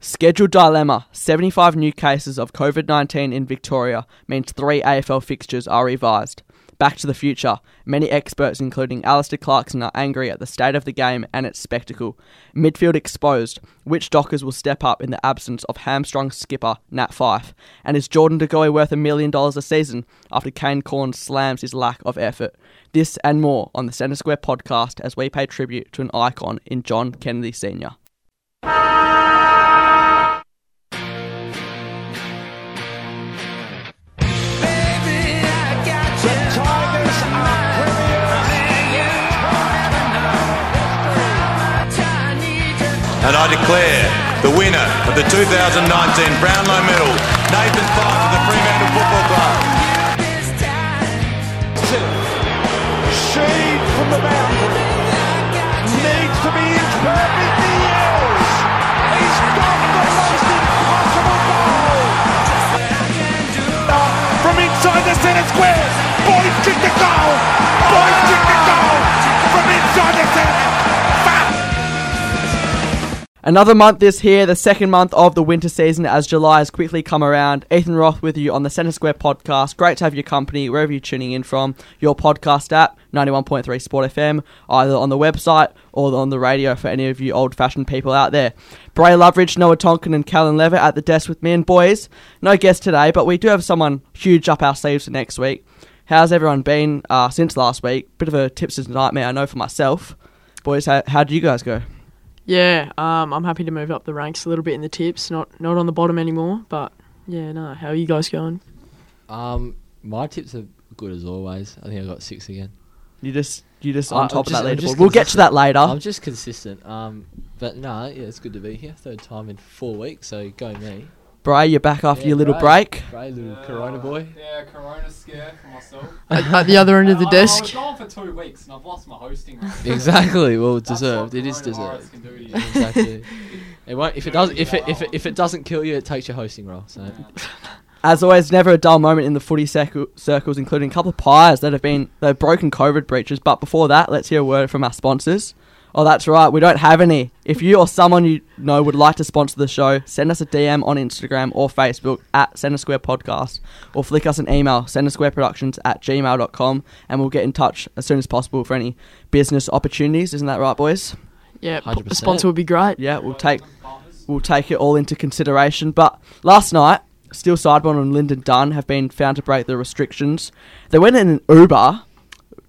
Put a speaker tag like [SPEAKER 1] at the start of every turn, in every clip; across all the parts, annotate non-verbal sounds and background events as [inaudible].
[SPEAKER 1] Schedule dilemma 75 new cases of COVID 19 in Victoria means three AFL fixtures are revised. Back to the future. Many experts, including Alistair Clarkson, are angry at the state of the game and its spectacle. Midfield exposed. Which Dockers will step up in the absence of hamstrung skipper Nat Fife? And is Jordan De Goey worth a million dollars a season after Kane Corn slams his lack of effort? This and more on the Centre Square podcast as we pay tribute to an icon in John Kennedy Sr.
[SPEAKER 2] Tigers are
[SPEAKER 3] And I declare the winner of the 2019 Brownlow Medal, Nathan Fife of the Fremantle Football Club.
[SPEAKER 2] Shade from the mountain. Needs to be inch perfect. He is. He's got the most impossible goal. Now, From inside the centre square, Boyd kicked the goal. Boyd kicked the goal from inside the centre.
[SPEAKER 1] Another month is here, the second month of the winter season as July has quickly come around. Ethan Roth with you on the Centre Square podcast. Great to have your company wherever you're tuning in from. Your podcast app, 91.3 Sport FM, either on the website or on the radio for any of you old fashioned people out there. Bray Loveridge, Noah Tonkin, and Callan Levitt at the desk with me. And boys, no guest today, but we do have someone huge up our sleeves for next week. How's everyone been uh, since last week? Bit of a tipster's nightmare, I know for myself. Boys, how, how do you guys go?
[SPEAKER 4] Yeah, um, I'm happy to move up the ranks a little bit in the tips. Not not on the bottom anymore, but yeah, no. How are you guys going?
[SPEAKER 5] Um, my tips are good as always. I think I got six again.
[SPEAKER 1] You just you just
[SPEAKER 5] I-
[SPEAKER 1] on
[SPEAKER 5] I'm
[SPEAKER 1] top
[SPEAKER 5] just-
[SPEAKER 1] of that
[SPEAKER 5] I'm
[SPEAKER 1] leaderboard.
[SPEAKER 5] just
[SPEAKER 1] We'll get to that later.
[SPEAKER 5] I'm just consistent. Um, but no, yeah, it's good to be here. Third time in four weeks, so go me.
[SPEAKER 1] Bray, you're back after
[SPEAKER 5] Yeah,
[SPEAKER 1] your little
[SPEAKER 5] Bray.
[SPEAKER 1] break.
[SPEAKER 5] Bray, little Corona boy.
[SPEAKER 6] Yeah, Corona scare for myself.
[SPEAKER 4] At, at the other end of the
[SPEAKER 6] I- I,
[SPEAKER 1] [laughs] Oh,
[SPEAKER 6] was
[SPEAKER 4] desk.
[SPEAKER 6] gone for two weeks and I've lost my hosting. Right
[SPEAKER 5] [laughs]
[SPEAKER 6] now.
[SPEAKER 5] Exactly. Well,
[SPEAKER 6] That's
[SPEAKER 5] deserved.
[SPEAKER 6] what
[SPEAKER 5] It is
[SPEAKER 6] coronavirus
[SPEAKER 5] deserved.
[SPEAKER 6] can do to you.
[SPEAKER 5] Exactly. It won't. If it does. If it, if it. If it doesn't kill you, it takes your hosting role. So.
[SPEAKER 1] As always, never a dull moment in the footy circle, circles, including a couple of pies that have been that have broken COVID breaches. But before that, let's hear a word from our sponsors. Oh, that's right, we don't have any. If you or someone you know would like to sponsor the show, send us a DM on Instagram or Facebook at Centre Square Podcast or flick us an email, centersquareproductions at gmail.com, and we'll get in touch as soon as possible for any business opportunities. Isn't that right, boys?
[SPEAKER 4] Yeah, p-
[SPEAKER 5] 100%.
[SPEAKER 4] the sponsor would be great.
[SPEAKER 1] Yeah, we'll take we'll take it all into consideration. But last night, Steel Sideborn and Lyndon Dunn have been found to break the restrictions. They went in an Uber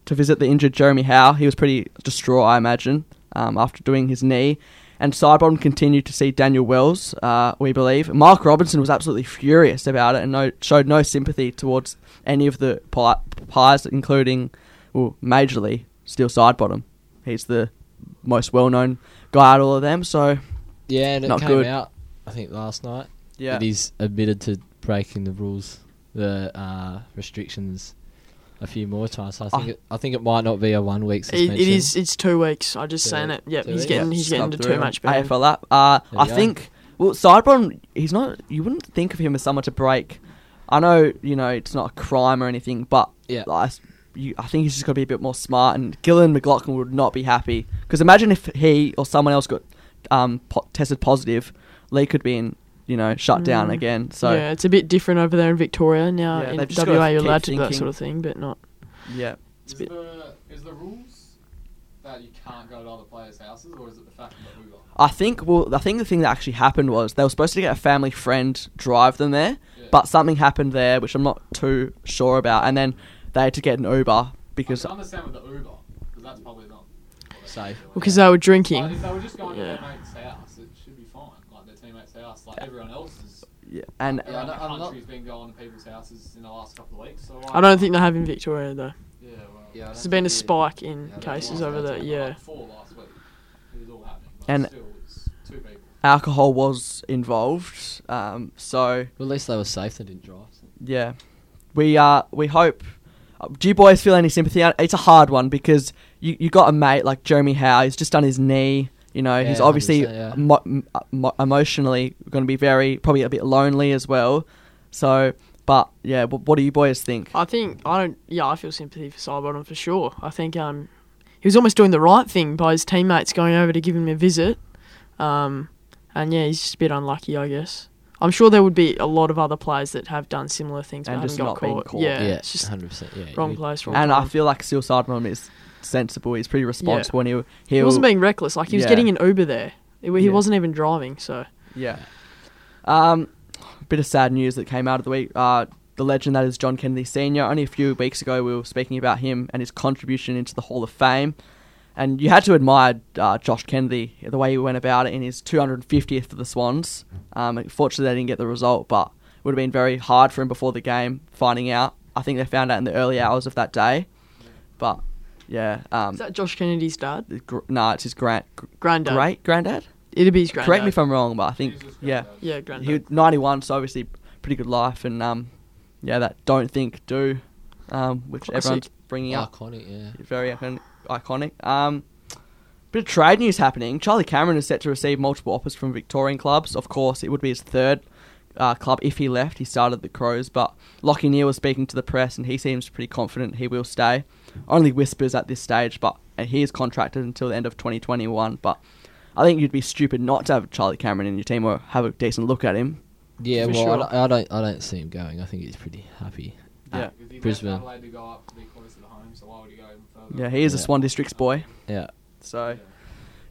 [SPEAKER 1] to visit the injured Jeremy Howe. He was pretty distraught, I imagine, um, after doing his knee. And Sidebottom continued to see Daniel Wells, uh, we believe. Mark Robinson was absolutely furious about it and no, showed no sympathy towards any of the pi- pies, including, well, majorly, Steel Sidebottom. He's the most well known guy out of all of them, so.
[SPEAKER 5] Yeah, and it
[SPEAKER 1] Not
[SPEAKER 5] came
[SPEAKER 1] good.
[SPEAKER 5] out. I think last night.
[SPEAKER 1] Yeah.
[SPEAKER 5] That he's admitted to breaking the rules, the uh, restrictions, a few more times. So I think.
[SPEAKER 1] Ah.
[SPEAKER 5] it, I think it might not be a one week
[SPEAKER 4] It,
[SPEAKER 5] suspension.
[SPEAKER 4] it is. It's two weeks. I just
[SPEAKER 5] Two
[SPEAKER 4] saying it.
[SPEAKER 5] weeks.
[SPEAKER 4] Yep,
[SPEAKER 5] Two
[SPEAKER 4] he's
[SPEAKER 5] weeks.
[SPEAKER 4] getting he's getting
[SPEAKER 1] Snubbed
[SPEAKER 4] into
[SPEAKER 1] through
[SPEAKER 4] too much better.
[SPEAKER 1] AFL up. Uh,
[SPEAKER 5] There
[SPEAKER 1] I
[SPEAKER 5] you go.
[SPEAKER 1] think well, Sidebottom, he's not. You wouldn't think of him as someone to break. I know you know it's not a crime or anything, but
[SPEAKER 5] Yeah.
[SPEAKER 1] I, s- you, I think he's just got to be a bit more smart. And Gillan McLaughlin would not be happy because imagine if he or someone else got um, po- tested positive, Lee could be in you know shut down
[SPEAKER 4] Mm.
[SPEAKER 1] again. So
[SPEAKER 4] yeah, it's a bit different over there in Victoria now.
[SPEAKER 1] Yeah,
[SPEAKER 4] in
[SPEAKER 1] they've just
[SPEAKER 4] WA,
[SPEAKER 1] gotta
[SPEAKER 4] you're
[SPEAKER 1] keep
[SPEAKER 4] allowed to do that
[SPEAKER 1] thinking.
[SPEAKER 4] sort of thing, but not.
[SPEAKER 1] yeah.
[SPEAKER 4] It's
[SPEAKER 6] Is,
[SPEAKER 4] a bit-
[SPEAKER 6] the, is the rules that you can't go to other players' houses or is it the fact that we got?
[SPEAKER 1] I think well, I think the thing that actually happened was they were supposed to get a family friend drive them there, but something happened there which I'm not too sure about, and then they had to get an Uber
[SPEAKER 6] I
[SPEAKER 1] because
[SPEAKER 6] can understand with the Uber because that's probably not.
[SPEAKER 5] safe.
[SPEAKER 4] Because they were
[SPEAKER 6] Like,
[SPEAKER 4] drinking.
[SPEAKER 6] if they were just going to
[SPEAKER 4] Yeah.
[SPEAKER 6] their mate's house, it should be fine. Like their teammate's house, like everyone else is.
[SPEAKER 1] yeah, and
[SPEAKER 6] Yeah,
[SPEAKER 5] I
[SPEAKER 6] the
[SPEAKER 5] don't- I'm not-
[SPEAKER 6] country's been going to people's houses in the last couple of weeks. So
[SPEAKER 4] I don't think they have in Victoria though.
[SPEAKER 6] Yeah, well,
[SPEAKER 5] Yeah, I
[SPEAKER 4] There's
[SPEAKER 5] don't
[SPEAKER 4] been a
[SPEAKER 5] think it-
[SPEAKER 4] spike in
[SPEAKER 5] Yeah, that's
[SPEAKER 4] cases
[SPEAKER 5] why
[SPEAKER 4] over
[SPEAKER 5] that's
[SPEAKER 4] there. Yeah.
[SPEAKER 6] Like four last week. It was all happening. But
[SPEAKER 1] And-
[SPEAKER 6] still, it's two people.
[SPEAKER 1] alcohol was involved. Um, so
[SPEAKER 5] Well, at least they were safe. They didn't drive.
[SPEAKER 1] yeah, we uh, we hope. uh, Do you boys feel any sympathy? Uh, It's a hard one because you you got a mate like Jeremy Howe. He's just done his knee. You know, he's
[SPEAKER 5] Yeah,
[SPEAKER 1] obviously
[SPEAKER 5] 100%, yeah.
[SPEAKER 1] mo- m- uh, mo- emotionally going to be very probably a bit lonely as well. So, but yeah, wh- what do you boys think?
[SPEAKER 4] I think I don't. Yeah, I feel sympathy for Sidebottom for sure. I think um, he was almost doing the right thing by his teammates going over to give him a visit, um, And yeah, he's just a bit unlucky, I guess. I'm sure there would be a lot of other players that have done similar things
[SPEAKER 1] And
[SPEAKER 4] but
[SPEAKER 1] just
[SPEAKER 4] haven't got
[SPEAKER 1] not been
[SPEAKER 4] caught.
[SPEAKER 1] caught.
[SPEAKER 4] Yeah,
[SPEAKER 5] yeah,
[SPEAKER 4] it's just
[SPEAKER 5] hundred percent. Yeah,
[SPEAKER 4] wrong
[SPEAKER 5] you-
[SPEAKER 4] place, wrong
[SPEAKER 1] And I
[SPEAKER 4] time.
[SPEAKER 1] feel like Seal Sideman is sensible. He's pretty responsible. And he,
[SPEAKER 4] he
[SPEAKER 1] he'll,
[SPEAKER 4] wasn't being reckless. Like he was
[SPEAKER 1] Yeah.
[SPEAKER 4] getting an Uber there. He, he
[SPEAKER 1] Yeah.
[SPEAKER 4] wasn't even driving. So
[SPEAKER 1] Yeah. Um, bit of sad news that came out of the week. Uh, the legend that is John Kennedy Sr. Only a few weeks ago, we were speaking about him and his contribution into the Hall of Fame. And you had to admire uh, Josh Kennedy, the way he went about it in his 250th of the Swans. Um, fortunately, they didn't get the result, but it would have been very hard for him before the game finding out. I think they found out in the early hours of that day. But, yeah. Um,
[SPEAKER 4] is that Josh Kennedy's dad,
[SPEAKER 1] gr- nah, it's his grand, gr-
[SPEAKER 4] granddad?
[SPEAKER 1] great granddad?
[SPEAKER 4] It'd be his granddad.
[SPEAKER 1] Correct me if I'm wrong, but I think,
[SPEAKER 6] Jesus
[SPEAKER 1] yeah
[SPEAKER 6] Christ.
[SPEAKER 4] yeah,
[SPEAKER 1] he
[SPEAKER 4] granddad.
[SPEAKER 1] was 91, so obviously pretty good life. And um, yeah, that don't think do, um, which everyone's
[SPEAKER 4] Classic.
[SPEAKER 1] bringing up,
[SPEAKER 5] Iconic. Yeah.
[SPEAKER 1] very icon- iconic. Um, bit of trade news happening. Charlie Cameron is set to receive multiple offers from Victorian clubs. Of course, it would be his third. Uh, club if he left, he started the Crows, but Lockie Neal was speaking to the press and he seems pretty confident he will stay. Only whispers at this stage, but and he is contracted until the end of 2021. But I think you'd be stupid not to have Charlie Cameron in your team or have a decent look at him.
[SPEAKER 5] Yeah.
[SPEAKER 4] For
[SPEAKER 5] Well,
[SPEAKER 4] sure.
[SPEAKER 5] I, don't, I don't. I don't see him going. I think he's pretty happy.
[SPEAKER 1] Yeah.
[SPEAKER 6] Because he
[SPEAKER 5] Brisbane.
[SPEAKER 6] left Adelaide to go up to be closer to home, so why would he go even further?
[SPEAKER 1] Yeah, he is a
[SPEAKER 5] Yeah.
[SPEAKER 1] Swan Districts boy.
[SPEAKER 5] Yeah.
[SPEAKER 1] So,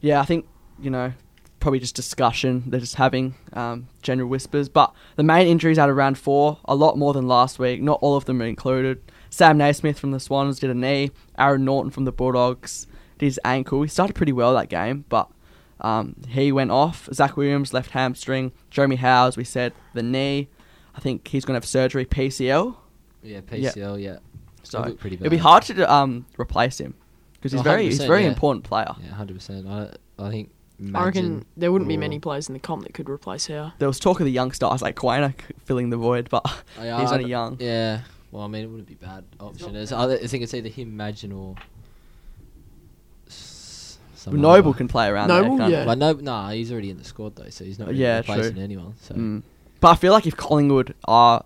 [SPEAKER 1] yeah, I think, you know, probably just discussion. They're just having um, general whispers. But the main injuries out of round four, a lot more than last week. Not all of them are included. Sam Naismith from the Swans did a knee. Aaron Norton from the Bulldogs did his ankle. He started pretty well that game, but um, he went off. Zach Williams left hamstring. Jeremy Howes, we said, the knee. I think he's going to have surgery, PCL.
[SPEAKER 5] Yeah.
[SPEAKER 1] PCL,
[SPEAKER 5] PCL. Yeah.
[SPEAKER 1] So
[SPEAKER 5] It'll look pretty
[SPEAKER 1] it'd be
[SPEAKER 5] bad.
[SPEAKER 1] hard to um, replace him because he's
[SPEAKER 5] Oh,
[SPEAKER 1] very he's a
[SPEAKER 5] 100%,
[SPEAKER 1] very
[SPEAKER 5] yeah.
[SPEAKER 1] important player.
[SPEAKER 5] Yeah. Hundred percent. I. I think.
[SPEAKER 4] I reckon
[SPEAKER 5] Madgen
[SPEAKER 4] there wouldn't be
[SPEAKER 5] or-
[SPEAKER 4] many players in the comp that could replace Howe.
[SPEAKER 1] There was talk of the young stars like Quainer filling the void, but [laughs]
[SPEAKER 5] Oh, yeah,
[SPEAKER 1] he's
[SPEAKER 5] I
[SPEAKER 1] only
[SPEAKER 5] d-
[SPEAKER 1] young.
[SPEAKER 5] Yeah. Well, I mean, it wouldn't be bad option. It's either, I think it's either him, Madgen, or. s- someone
[SPEAKER 1] Noble
[SPEAKER 5] other.
[SPEAKER 1] can play around
[SPEAKER 4] Noble,
[SPEAKER 1] there. can't he?
[SPEAKER 4] yeah.
[SPEAKER 5] Well, no, nah, he's already in the squad though, so he's not really
[SPEAKER 1] Yeah,
[SPEAKER 5] replacing
[SPEAKER 1] true.
[SPEAKER 5] anyone. So
[SPEAKER 1] Mm. But I feel like if Collingwood are,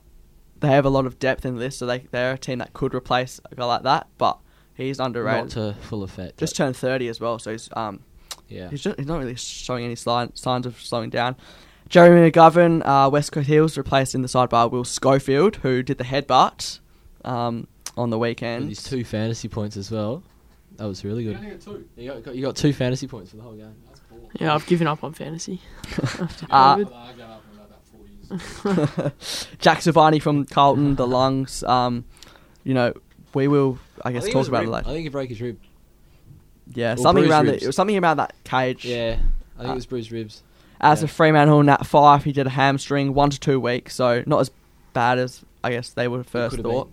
[SPEAKER 1] they have a lot of depth in the list, so they they're a team that could replace a guy like that. But he's
[SPEAKER 5] not
[SPEAKER 1] underrated.
[SPEAKER 5] to full effect.
[SPEAKER 1] just
[SPEAKER 5] but-
[SPEAKER 1] turned thirty as well, so he's um
[SPEAKER 5] yeah.
[SPEAKER 1] He's, just, he's not really showing any sign, signs of slowing down. Jeremy McGovern, uh, West Coast Hills, replaced in the sidebar Will Schofield, who did the headbutt um, on the
[SPEAKER 5] With
[SPEAKER 1] weekend.
[SPEAKER 5] his two fantasy points as well. That was really
[SPEAKER 6] You
[SPEAKER 5] good.
[SPEAKER 6] only got two.
[SPEAKER 5] You got, got- you got two fantasy points for the whole game.
[SPEAKER 6] That's cool.
[SPEAKER 4] Yeah, I've given up
[SPEAKER 1] [laughs]
[SPEAKER 4] on fantasy. [laughs]
[SPEAKER 1] Uh,
[SPEAKER 6] I gave up in about four years.
[SPEAKER 4] [laughs]
[SPEAKER 1] [laughs] Jack Savani from Carlton, the lungs. Um, you know, we will, I guess,
[SPEAKER 5] think
[SPEAKER 1] talk
[SPEAKER 5] was a
[SPEAKER 1] about it
[SPEAKER 5] rib.
[SPEAKER 1] later.
[SPEAKER 5] I think he broke his rib.
[SPEAKER 1] Yeah,
[SPEAKER 5] or
[SPEAKER 1] something
[SPEAKER 5] bruised
[SPEAKER 1] around the,
[SPEAKER 5] ribs.
[SPEAKER 1] it was something around that cage.
[SPEAKER 5] Yeah, I think
[SPEAKER 1] Uh,
[SPEAKER 5] it was bruised ribs.
[SPEAKER 1] As a
[SPEAKER 5] yeah.
[SPEAKER 1] Fremantle Nat Five, he did a hamstring, one to two weeks, so not as bad as I guess they would have first
[SPEAKER 5] could've
[SPEAKER 1] thought.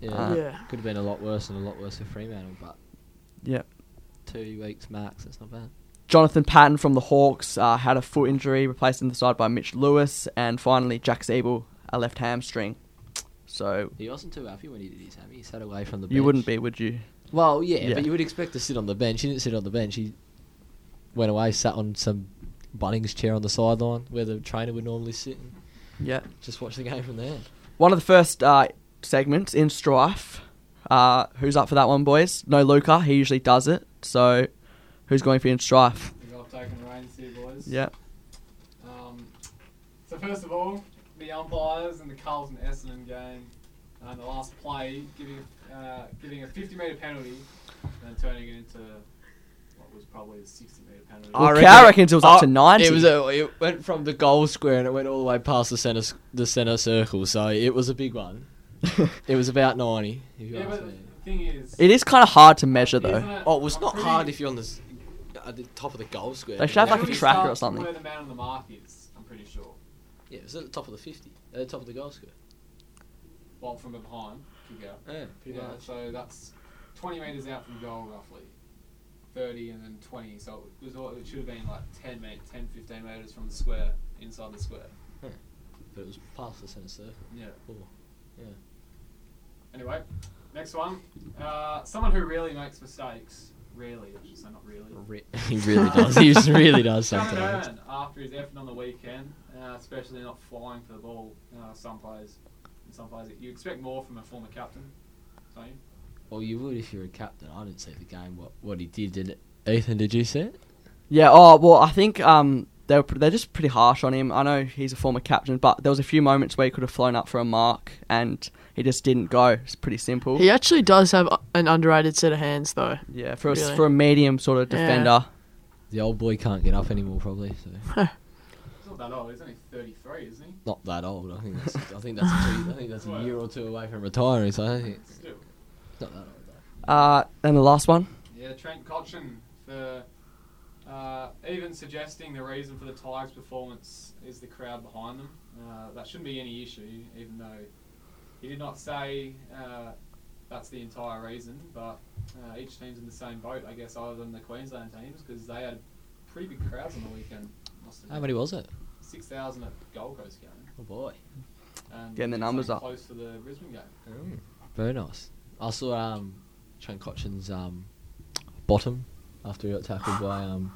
[SPEAKER 5] Been, yeah,
[SPEAKER 1] Uh,
[SPEAKER 4] yeah.
[SPEAKER 5] could have been a lot worse and a lot worse for Fremantle, but
[SPEAKER 1] Yeah.
[SPEAKER 5] two weeks max. That's not bad.
[SPEAKER 1] Jonathan Patton from the Hawks uh, had a foot injury, replaced in the side by Mitch Lewis, and finally Jack Siebel, a left hamstring. So
[SPEAKER 5] He wasn't too happy when he did his hammy. He sat away from the bench.
[SPEAKER 1] you wouldn't be, would you?
[SPEAKER 5] Well, yeah,
[SPEAKER 1] Yeah.
[SPEAKER 5] but you would expect to sit on the bench. He didn't sit on the bench. He went away, sat on some Bunnings chair on the sideline where the trainer would normally sit and
[SPEAKER 1] Yeah.
[SPEAKER 5] just watch the game from there.
[SPEAKER 1] One of the first uh, segments in strife. Uh, who's up for that one, boys? No, Luca. He usually does it. So who's going for in strife?
[SPEAKER 6] I think I've taken the reins here,
[SPEAKER 4] [laughs]
[SPEAKER 6] boys.
[SPEAKER 1] Yeah.
[SPEAKER 6] Um, so first of all, the umpires in the Carlton Essendon game, uh, the last play giving uh, giving a 50 metre penalty and then turning it into what was probably a 60 metre penalty.
[SPEAKER 1] Well, Cow reckons it was up to ninety.
[SPEAKER 5] It was a, it went from the goal square and it went all the way past the center s- the center circle. So it was a big one.
[SPEAKER 1] [laughs]
[SPEAKER 5] it was about ninety. If you
[SPEAKER 6] yeah,
[SPEAKER 5] ask
[SPEAKER 6] but the
[SPEAKER 5] me.
[SPEAKER 6] thing is,
[SPEAKER 1] it is kind of hard to measure though.
[SPEAKER 6] isn't it-
[SPEAKER 5] Oh, it was not
[SPEAKER 6] I'm
[SPEAKER 5] hard
[SPEAKER 6] pretty-
[SPEAKER 5] if you're on the s- at the top of the goal square.
[SPEAKER 1] They should have, like, a
[SPEAKER 6] penalty
[SPEAKER 1] tracker or
[SPEAKER 6] starts from
[SPEAKER 1] something.
[SPEAKER 6] Where the man on the mark is, I'm pretty sure.
[SPEAKER 5] Yeah, it was at the top of the fifty, at the top of the goal square.
[SPEAKER 6] Well, from behind, could go.
[SPEAKER 5] Yeah, pretty
[SPEAKER 6] Yeah,
[SPEAKER 5] much.
[SPEAKER 6] so that's 20 metres out from goal, roughly. 30 and then 20. So it, was, all- it should have been like 10, met 10 15 metres from the square, inside the square.
[SPEAKER 5] But it was past the center circle. Oh,
[SPEAKER 6] Yeah.
[SPEAKER 5] Cool. Yeah.
[SPEAKER 6] Anyway, next one. Uh, someone who really makes mistakes. Really, I should say, not really.
[SPEAKER 5] Re-
[SPEAKER 1] [laughs]
[SPEAKER 5] he really [laughs] does. He just really does
[SPEAKER 6] Shannon
[SPEAKER 5] sometimes.
[SPEAKER 6] Hearn, after his effort on the weekend, uh, especially not flying for the ball, uh, some players, in some players, you expect more from a former captain, don't you?
[SPEAKER 5] Well, you would if you were a captain. I didn't see the game. What what he did, did it? Ethan? Did you see it?
[SPEAKER 1] Yeah. Oh well, I think um, they were pre- they're just pretty harsh on him. I know he's a former captain, but there was a few moments where he could have flown up for a mark and he just didn't go. It's pretty simple.
[SPEAKER 4] He actually does have uh, an underrated set of hands, though.
[SPEAKER 1] yeah, for a, s-
[SPEAKER 4] Really?
[SPEAKER 1] for a medium sort of
[SPEAKER 4] Yeah.
[SPEAKER 1] defender.
[SPEAKER 5] The old boy can't get up anymore, probably. So
[SPEAKER 6] He's not that old. He's only 33, isn't he?
[SPEAKER 5] not that old. I think that's. I think that's. Two, I think that's a year or two away from retiring. So I don't think it's
[SPEAKER 6] Still.
[SPEAKER 5] not that old. though.
[SPEAKER 1] Uh, and the last one.
[SPEAKER 6] Yeah, Trent Cotchin for uh, even suggesting the reason for the Tigers' performance is the crowd behind them. Uh, that shouldn't be any issue, even though he did not say uh, that's the entire reason. But uh, each team's in the same boat, I guess, other than the Queensland teams, because they had pretty big crowds on the weekend. Must have
[SPEAKER 5] How
[SPEAKER 6] been
[SPEAKER 5] many was it?
[SPEAKER 6] 6,000 at Gold Coast game.
[SPEAKER 5] Oh boy.
[SPEAKER 6] And
[SPEAKER 1] Getting their numbers
[SPEAKER 6] something
[SPEAKER 1] up.
[SPEAKER 6] Close to the Brisbane game.
[SPEAKER 5] Very nice. I saw um, Trent Cotchin's um, bottom after he got tackled by. Um,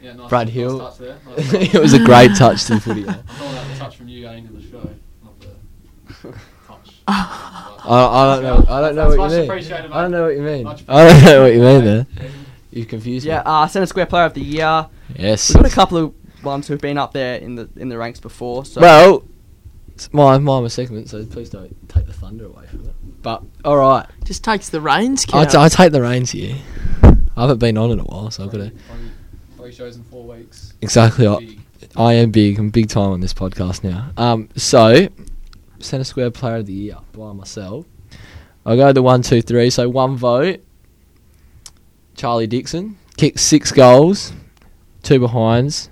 [SPEAKER 6] Yeah, nice,
[SPEAKER 5] Brad
[SPEAKER 6] nice
[SPEAKER 5] Hill. [laughs]
[SPEAKER 6] touch there. Nice touch.
[SPEAKER 5] it was a great touch to the footy.
[SPEAKER 6] [laughs]
[SPEAKER 5] yeah.
[SPEAKER 6] I thought that was a touch from you going into the show, not the
[SPEAKER 1] [laughs]
[SPEAKER 6] touch.
[SPEAKER 5] I, I don't know. I don't know
[SPEAKER 6] That's
[SPEAKER 5] what
[SPEAKER 6] much
[SPEAKER 5] you mean.
[SPEAKER 6] appreciated,
[SPEAKER 5] I don't
[SPEAKER 6] mate.
[SPEAKER 5] know what you mean.
[SPEAKER 6] Much
[SPEAKER 5] I don't know what you mean there. You've confused
[SPEAKER 1] Yeah,
[SPEAKER 5] me.
[SPEAKER 1] uh, centre square player of the year.
[SPEAKER 5] Yes.
[SPEAKER 1] We've got a couple of ones who've been up there in the in the ranks before. So
[SPEAKER 5] Well, it's my my segment, so please don't take the thunder away from it. But all right,
[SPEAKER 4] Just takes the reins,
[SPEAKER 5] I,
[SPEAKER 4] kid.
[SPEAKER 5] t- I take the reins here. I haven't been on in a while, so I've got to
[SPEAKER 6] Three- Three shows in four weeks.
[SPEAKER 5] eh? exactly. I,
[SPEAKER 6] Big.
[SPEAKER 5] I am big. I'm big time on this podcast now. Um, so centre square player of the year by myself. I go to one, two, three. So one vote. Charlie Dixon kicked six goals, two behinds.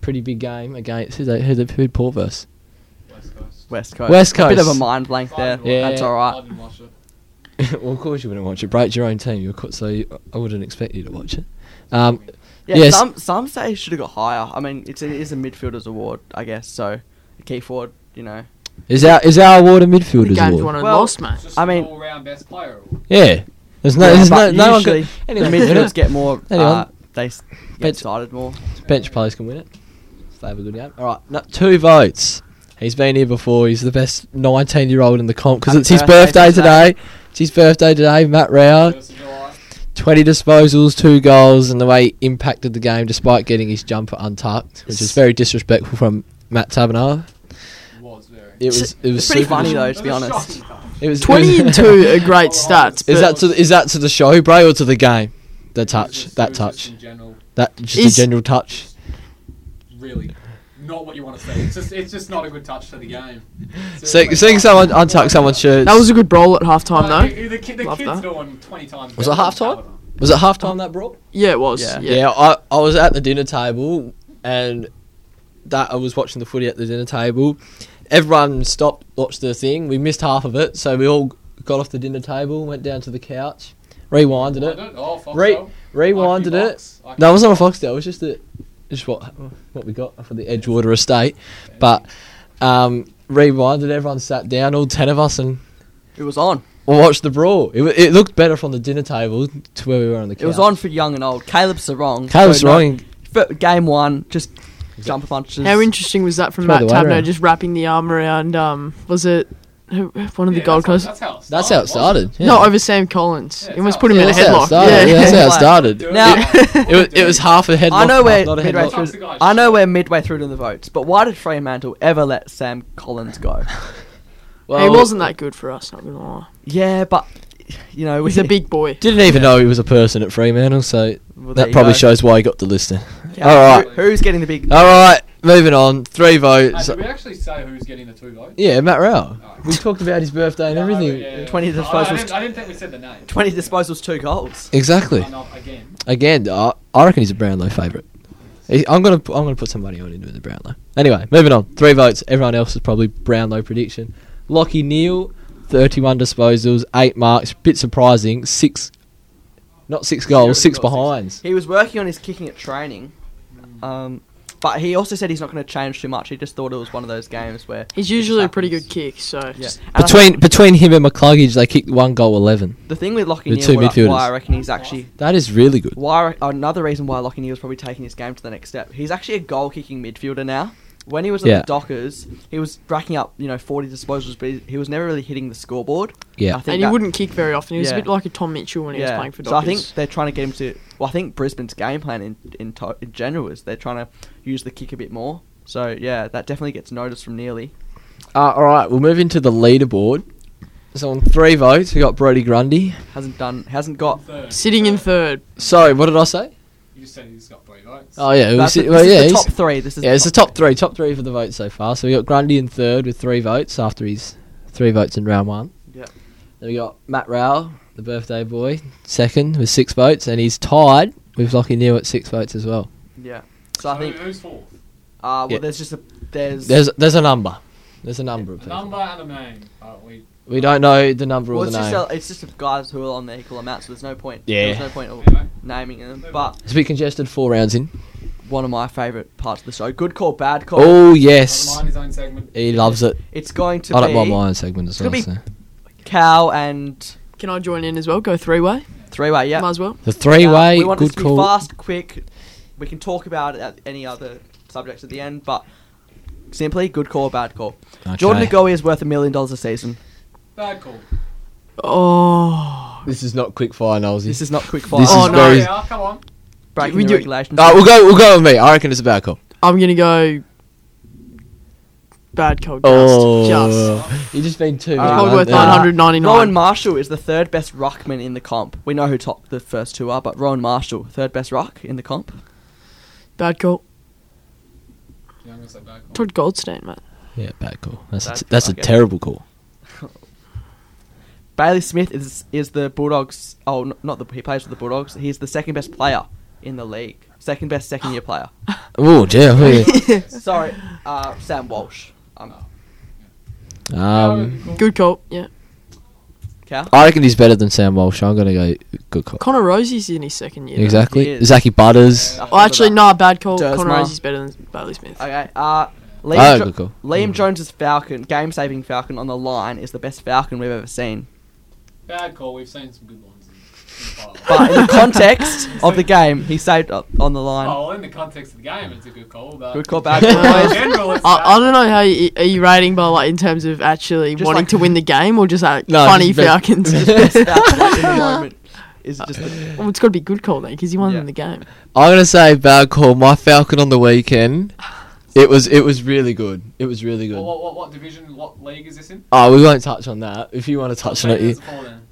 [SPEAKER 5] Pretty big game against who they who they who Port versus.
[SPEAKER 6] West Coast.
[SPEAKER 1] West Coast.
[SPEAKER 5] West
[SPEAKER 1] Bit of a
[SPEAKER 5] Coast.
[SPEAKER 1] mind blank there.
[SPEAKER 5] Yeah.
[SPEAKER 1] That's all
[SPEAKER 6] I
[SPEAKER 1] right.
[SPEAKER 6] didn't watch
[SPEAKER 5] [laughs]
[SPEAKER 6] it.
[SPEAKER 5] well, of course you wouldn't watch it. Break your own team. You're co- so you, I wouldn't expect you to watch it. Um,
[SPEAKER 1] Yeah,
[SPEAKER 5] Yes.
[SPEAKER 1] some some say he should have got higher. I mean, it's it is a midfielder's award, I guess. So a key forward, you know.
[SPEAKER 5] is our is our award a
[SPEAKER 4] the
[SPEAKER 5] midfielder's
[SPEAKER 4] game's
[SPEAKER 5] award?
[SPEAKER 4] won and
[SPEAKER 1] Well-
[SPEAKER 4] lost, mate.
[SPEAKER 6] It's just
[SPEAKER 1] I
[SPEAKER 6] an
[SPEAKER 1] mean-
[SPEAKER 6] all-round best player. award.
[SPEAKER 5] Yeah. There's no
[SPEAKER 1] Yeah,
[SPEAKER 5] there's no,
[SPEAKER 1] but
[SPEAKER 5] no one
[SPEAKER 1] usually
[SPEAKER 5] can, anyone
[SPEAKER 1] the
[SPEAKER 5] can win
[SPEAKER 1] midfielders
[SPEAKER 5] [laughs] it.
[SPEAKER 1] get more.
[SPEAKER 5] Anyone.
[SPEAKER 1] Uh, they s- get
[SPEAKER 5] Bet-
[SPEAKER 1] started more.
[SPEAKER 5] Bench players can win it. If they have a good game. All right, no, two votes. He's been here before. He's the best 19 year old in the comp because
[SPEAKER 1] Happy
[SPEAKER 5] it's his
[SPEAKER 1] birthday
[SPEAKER 5] birthday
[SPEAKER 1] today.
[SPEAKER 5] today. It's his birthday today. Matt Rao,
[SPEAKER 6] First of July.
[SPEAKER 5] 20 disposals, two goals, and the way he impacted the game despite getting his jumper untucked, which is very disrespectful from Matt Tabernar.
[SPEAKER 6] Was very.
[SPEAKER 5] It was it was
[SPEAKER 1] It's pretty
[SPEAKER 5] super
[SPEAKER 1] funny
[SPEAKER 5] dis-
[SPEAKER 1] though, to be
[SPEAKER 6] That's a
[SPEAKER 1] honest.
[SPEAKER 6] shocking time.
[SPEAKER 5] It was it [laughs]
[SPEAKER 4] Twenty and
[SPEAKER 5] was-
[SPEAKER 4] two are great stats. but
[SPEAKER 5] Is that to the, is that to the show, Bray, or to the game? The
[SPEAKER 6] It was
[SPEAKER 5] touch,
[SPEAKER 6] just- it
[SPEAKER 5] that
[SPEAKER 6] was
[SPEAKER 5] touch,
[SPEAKER 6] Just in general,
[SPEAKER 5] that just
[SPEAKER 4] Is-
[SPEAKER 5] a general touch.
[SPEAKER 6] really, not what you want to see. It's just, it's just not a good touch to the game. It's
[SPEAKER 5] See,
[SPEAKER 6] really
[SPEAKER 5] seeing
[SPEAKER 6] bad.
[SPEAKER 5] someone untuck someone's shirt.
[SPEAKER 4] that was a good brawl at halftime,
[SPEAKER 6] Uh,
[SPEAKER 4] though.
[SPEAKER 6] the, the, kid- the
[SPEAKER 4] Love
[SPEAKER 6] kid's
[SPEAKER 4] that.
[SPEAKER 6] doing 20 times.
[SPEAKER 5] Was it
[SPEAKER 6] better than
[SPEAKER 5] halftime?
[SPEAKER 6] Taverner.
[SPEAKER 5] was it half time that brought?
[SPEAKER 4] Yeah, it was.
[SPEAKER 1] Yeah.
[SPEAKER 4] Yeah,
[SPEAKER 5] Yeah, I, I was at the dinner table and that I was watching the footy at the dinner table. Everyone stopped, watched the thing. We missed half of it, so we all got off the dinner table, went down to the couch, rewinded
[SPEAKER 6] I
[SPEAKER 5] it,
[SPEAKER 6] don't- Oh, fuck
[SPEAKER 5] Re-
[SPEAKER 6] no.
[SPEAKER 5] rewinded
[SPEAKER 6] Lucky
[SPEAKER 5] it.
[SPEAKER 6] box. Lucky
[SPEAKER 5] No, it wasn't a Foxtel. It was just the, just what what we got for the Edgewater Estate. But um, rewinded. Everyone sat down, all ten of us, and
[SPEAKER 1] It was on.
[SPEAKER 5] watched the brawl. It, wa- it looked better from the dinner table to where we were on the. Couch.
[SPEAKER 1] It was on for young and old. Caleb Sarong.
[SPEAKER 5] Caleb
[SPEAKER 1] showed no-
[SPEAKER 5] Sarong.
[SPEAKER 1] f- Game one, just jumper punches.
[SPEAKER 4] How interesting was that from
[SPEAKER 5] Throw
[SPEAKER 4] Matt
[SPEAKER 5] the water
[SPEAKER 4] Tabner
[SPEAKER 5] out.
[SPEAKER 4] just wrapping the arm around? Um, was it who- one of the
[SPEAKER 6] Yeah,
[SPEAKER 4] Gold
[SPEAKER 6] that's
[SPEAKER 4] Coast?
[SPEAKER 6] how- That's how it
[SPEAKER 5] That's
[SPEAKER 6] started.
[SPEAKER 5] how it started. Yeah.
[SPEAKER 4] No, over Sam Collins.
[SPEAKER 6] Yeah,
[SPEAKER 4] he almost
[SPEAKER 6] that's
[SPEAKER 4] put him
[SPEAKER 5] yeah,
[SPEAKER 4] in a
[SPEAKER 5] that's how it
[SPEAKER 4] headlock.
[SPEAKER 5] started.
[SPEAKER 4] Yeah, [laughs]
[SPEAKER 5] Yeah, that's how it
[SPEAKER 1] Why?
[SPEAKER 5] started.
[SPEAKER 6] Dude,
[SPEAKER 1] Now-
[SPEAKER 5] [laughs] It was, it was half a headlock.
[SPEAKER 1] I know we're
[SPEAKER 5] not a
[SPEAKER 1] midway
[SPEAKER 5] headlock.
[SPEAKER 6] Fucks the
[SPEAKER 1] through.
[SPEAKER 6] guy,
[SPEAKER 1] I know
[SPEAKER 6] shit.
[SPEAKER 1] we're midway through to the votes, but why did Fremantle ever let Sam Collins
[SPEAKER 5] [laughs]
[SPEAKER 1] go?
[SPEAKER 4] he wasn't that good for us. Not gonna lie,
[SPEAKER 1] Yeah, but you know,
[SPEAKER 4] he's a big
[SPEAKER 5] [laughs]
[SPEAKER 4] boy.
[SPEAKER 5] Didn't even know he was a person at Fremantle, so
[SPEAKER 1] Well, there
[SPEAKER 5] that
[SPEAKER 1] you
[SPEAKER 5] probably
[SPEAKER 1] go.
[SPEAKER 5] shows why he got the listing.
[SPEAKER 1] Yeah,
[SPEAKER 5] All
[SPEAKER 1] who-
[SPEAKER 5] right. Oh.
[SPEAKER 1] who's getting the big?
[SPEAKER 5] All right, moving on. Three
[SPEAKER 6] Hey,
[SPEAKER 5] votes.
[SPEAKER 6] did we actually say who's getting the two votes?
[SPEAKER 5] Yeah, Matt Rao.
[SPEAKER 6] Oh.
[SPEAKER 5] We talked about his birthday and
[SPEAKER 6] No,
[SPEAKER 5] everything.
[SPEAKER 6] yeah, yeah, yeah.
[SPEAKER 1] 20
[SPEAKER 6] I- I,
[SPEAKER 1] disposals.
[SPEAKER 6] didn't, I didn't think we said the name.
[SPEAKER 1] Twenty disposals, two goals.
[SPEAKER 5] Exactly.
[SPEAKER 6] Oh, no, again.
[SPEAKER 5] Again, I I reckon he's a Brownlow favourite. He- I'm gonna I'm gonna put some money on him with the Brownlow. Anyway, moving on. Three votes. Everyone else is probably Brownlow prediction. Lockie Neal, 31 disposals, eight marks. Bit surprising. Six, not six goals, six behinds.
[SPEAKER 1] He was working on his kicking at training, um, but he also said he's not going to change too much. He just thought it was one of those games where
[SPEAKER 4] He's
[SPEAKER 1] it just
[SPEAKER 4] usually a pretty
[SPEAKER 1] happens.
[SPEAKER 4] good kick. So
[SPEAKER 1] Yeah. And I think
[SPEAKER 5] Between between him and McCluggage, they kicked one goal, 11.
[SPEAKER 1] the thing with Lockie
[SPEAKER 5] the
[SPEAKER 1] Neal,
[SPEAKER 5] two
[SPEAKER 1] what I-
[SPEAKER 5] midfielders.
[SPEAKER 1] why I reckon he's actually
[SPEAKER 5] That is really good.
[SPEAKER 1] why I- another reason why Lockie Neal is probably taking his game to the next step. He's actually a goal kicking midfielder now. when he was at
[SPEAKER 5] Yeah.
[SPEAKER 1] the Dockers, he was racking up you know forty disposals, but he, he was never really hitting the scoreboard.
[SPEAKER 5] Yeah.
[SPEAKER 1] I think
[SPEAKER 4] And he
[SPEAKER 1] that-
[SPEAKER 4] wouldn't kick very often. He was
[SPEAKER 1] Yeah.
[SPEAKER 4] a bit like a Tom Mitchell when he was playing for
[SPEAKER 1] So I
[SPEAKER 4] Dockers.
[SPEAKER 1] think they're trying to get him to. Well, I think Brisbane's game plan in in, to, in general is they're trying to use the kick a bit more. So yeah, that definitely gets noticed from Nearly.
[SPEAKER 5] Uh, all right, we'll move into the leaderboard. So on three votes, we got Brody Grundy.
[SPEAKER 1] Hasn't done. Hasn't
[SPEAKER 5] Oh,
[SPEAKER 1] got.
[SPEAKER 6] Third.
[SPEAKER 4] Sitting in third.
[SPEAKER 5] Sorry, what did I say?
[SPEAKER 6] You just said he's got three votes.
[SPEAKER 5] Oh yeah, we
[SPEAKER 1] That's
[SPEAKER 5] sit-
[SPEAKER 1] the-
[SPEAKER 5] well,
[SPEAKER 1] this
[SPEAKER 5] yeah,
[SPEAKER 1] is the
[SPEAKER 5] he's-
[SPEAKER 1] top three. This is
[SPEAKER 5] yeah, it's the top three, top three for the votes so far. So we got Grundy in third with three votes after his three votes in round one.
[SPEAKER 1] Yep.
[SPEAKER 5] Then we got Matt Rowell, the birthday boy, second with six votes, and he's tied with Lockie New at six votes as well.
[SPEAKER 1] Yeah. So I
[SPEAKER 6] Who-
[SPEAKER 1] think.
[SPEAKER 6] who's fourth?
[SPEAKER 1] Uh, well,
[SPEAKER 5] Yeah.
[SPEAKER 1] there's just a there's.
[SPEAKER 5] There's there's a number. There's a number of
[SPEAKER 6] A
[SPEAKER 5] people.
[SPEAKER 6] number and a name. Uh, we
[SPEAKER 5] We don't know the number
[SPEAKER 1] well,
[SPEAKER 5] or
[SPEAKER 1] it's
[SPEAKER 5] the
[SPEAKER 1] just
[SPEAKER 5] name.
[SPEAKER 1] a, it's just a guys who are on the equal amount, so there's no point.
[SPEAKER 5] Yeah.
[SPEAKER 1] There's no point
[SPEAKER 6] [laughs]
[SPEAKER 1] of
[SPEAKER 6] Anyway.
[SPEAKER 1] naming them. But
[SPEAKER 5] it's a bit congested four rounds in.
[SPEAKER 1] one of my favourite parts of the show. Good call, bad call.
[SPEAKER 5] Oh yes.
[SPEAKER 6] Mind his own segment.
[SPEAKER 5] He loves it.
[SPEAKER 1] It's going to
[SPEAKER 5] I don't
[SPEAKER 1] be
[SPEAKER 5] mind my own segment as
[SPEAKER 1] Could
[SPEAKER 5] well.
[SPEAKER 1] be-
[SPEAKER 5] so.
[SPEAKER 1] Cal and
[SPEAKER 4] Can I join in as well? Go three way.
[SPEAKER 1] three way. Yeah.
[SPEAKER 4] Might as well.
[SPEAKER 5] The three
[SPEAKER 1] Now,
[SPEAKER 5] way,
[SPEAKER 1] we want
[SPEAKER 5] good
[SPEAKER 1] this to
[SPEAKER 5] call.
[SPEAKER 1] Be fast, quick. We can talk about it at any other subjects at the end, but simply good call, bad call.
[SPEAKER 5] Okay.
[SPEAKER 1] Jordan Ngowi is worth a million dollars a season.
[SPEAKER 6] Bad call.
[SPEAKER 4] Oh.
[SPEAKER 5] This is not quick fire, Nolsey.
[SPEAKER 1] This is not quick fire.
[SPEAKER 5] This
[SPEAKER 4] Oh,
[SPEAKER 5] is
[SPEAKER 4] no.
[SPEAKER 5] very.
[SPEAKER 6] Yeah, come on.
[SPEAKER 1] breaking
[SPEAKER 4] we
[SPEAKER 1] the
[SPEAKER 4] do-
[SPEAKER 1] regulations.
[SPEAKER 5] Oh, we'll go. We'll go with me. I reckon it's a bad call.
[SPEAKER 4] I'm going to go. Bad cold just.
[SPEAKER 5] Oh,
[SPEAKER 4] Just.
[SPEAKER 5] you just been too.
[SPEAKER 1] Uh,
[SPEAKER 4] Probably worth
[SPEAKER 1] yeah.
[SPEAKER 4] 999.
[SPEAKER 1] Rowan Marshall is the third best ruckman in the comp. We know who top the first two are, but Rowan Marshall, third best ruck in the comp.
[SPEAKER 4] Bad call.
[SPEAKER 6] Yeah, I'm gonna say bad call.
[SPEAKER 4] Todd Goldstein, mate.
[SPEAKER 5] Yeah, bad call. That's a
[SPEAKER 1] Bad
[SPEAKER 5] t-
[SPEAKER 1] call,
[SPEAKER 5] that's a
[SPEAKER 1] okay.
[SPEAKER 5] terrible call.
[SPEAKER 1] Bailey Smith is is the Bulldogs. Oh, n- not the he plays for the Bulldogs. He's the second best player in the league. Second best second year
[SPEAKER 4] [laughs]
[SPEAKER 1] player.
[SPEAKER 5] Oh
[SPEAKER 1] [laughs]
[SPEAKER 5] dear.
[SPEAKER 1] Sorry, uh, Sam Walsh. Um,
[SPEAKER 5] um,
[SPEAKER 4] Good call. Yeah.
[SPEAKER 1] Cal.
[SPEAKER 5] I reckon he's better than Sam Walsh. I'm gonna go good call.
[SPEAKER 4] Connor Rosie's in his second year. though.
[SPEAKER 1] He
[SPEAKER 5] Exactly.
[SPEAKER 1] is.
[SPEAKER 5] Zachy Butters.
[SPEAKER 4] Oh, actually, no, bad call.
[SPEAKER 1] Dersma.
[SPEAKER 4] Connor Rosie's better than Bailey Smith.
[SPEAKER 1] Okay. Uh,
[SPEAKER 5] Oh,
[SPEAKER 1] Liam,
[SPEAKER 5] good call. Mm.
[SPEAKER 1] Liam Jones's Falcon, game-saving Falcon on the line, is the best Falcon we've ever seen.
[SPEAKER 6] Bad call. We've seen some good ones. in- in the past.
[SPEAKER 1] But
[SPEAKER 5] [laughs]
[SPEAKER 1] in the context of the game, he saved up on the line.
[SPEAKER 6] [laughs] Oh, in the context of the game, it's a good call. But
[SPEAKER 1] Good call,
[SPEAKER 6] [laughs]
[SPEAKER 1] bad
[SPEAKER 6] in
[SPEAKER 1] call. boys.
[SPEAKER 6] general, it's
[SPEAKER 4] Uh, I, I
[SPEAKER 6] bad.
[SPEAKER 4] don't know how you, are you rating by like in terms of actually
[SPEAKER 1] Just
[SPEAKER 4] wanting
[SPEAKER 1] like-
[SPEAKER 4] to win the game or just like
[SPEAKER 5] No,
[SPEAKER 4] funny
[SPEAKER 5] just best- [laughs]
[SPEAKER 4] Falcons.
[SPEAKER 5] best
[SPEAKER 1] Falcon in
[SPEAKER 5] [laughs]
[SPEAKER 1] the moment is [laughs] just the,
[SPEAKER 4] well, it's got to be good call then because he won
[SPEAKER 1] Yeah.
[SPEAKER 4] the game.
[SPEAKER 5] I'm gonna say bad call. My Falcon on the weekend. It was it was really good. It was really
[SPEAKER 6] What,
[SPEAKER 5] good.
[SPEAKER 1] Oh.
[SPEAKER 6] what, what, what division, what league is this in?
[SPEAKER 5] Oh, we won't touch on that. If you want to touch on it, you,
[SPEAKER 6] It's a four then.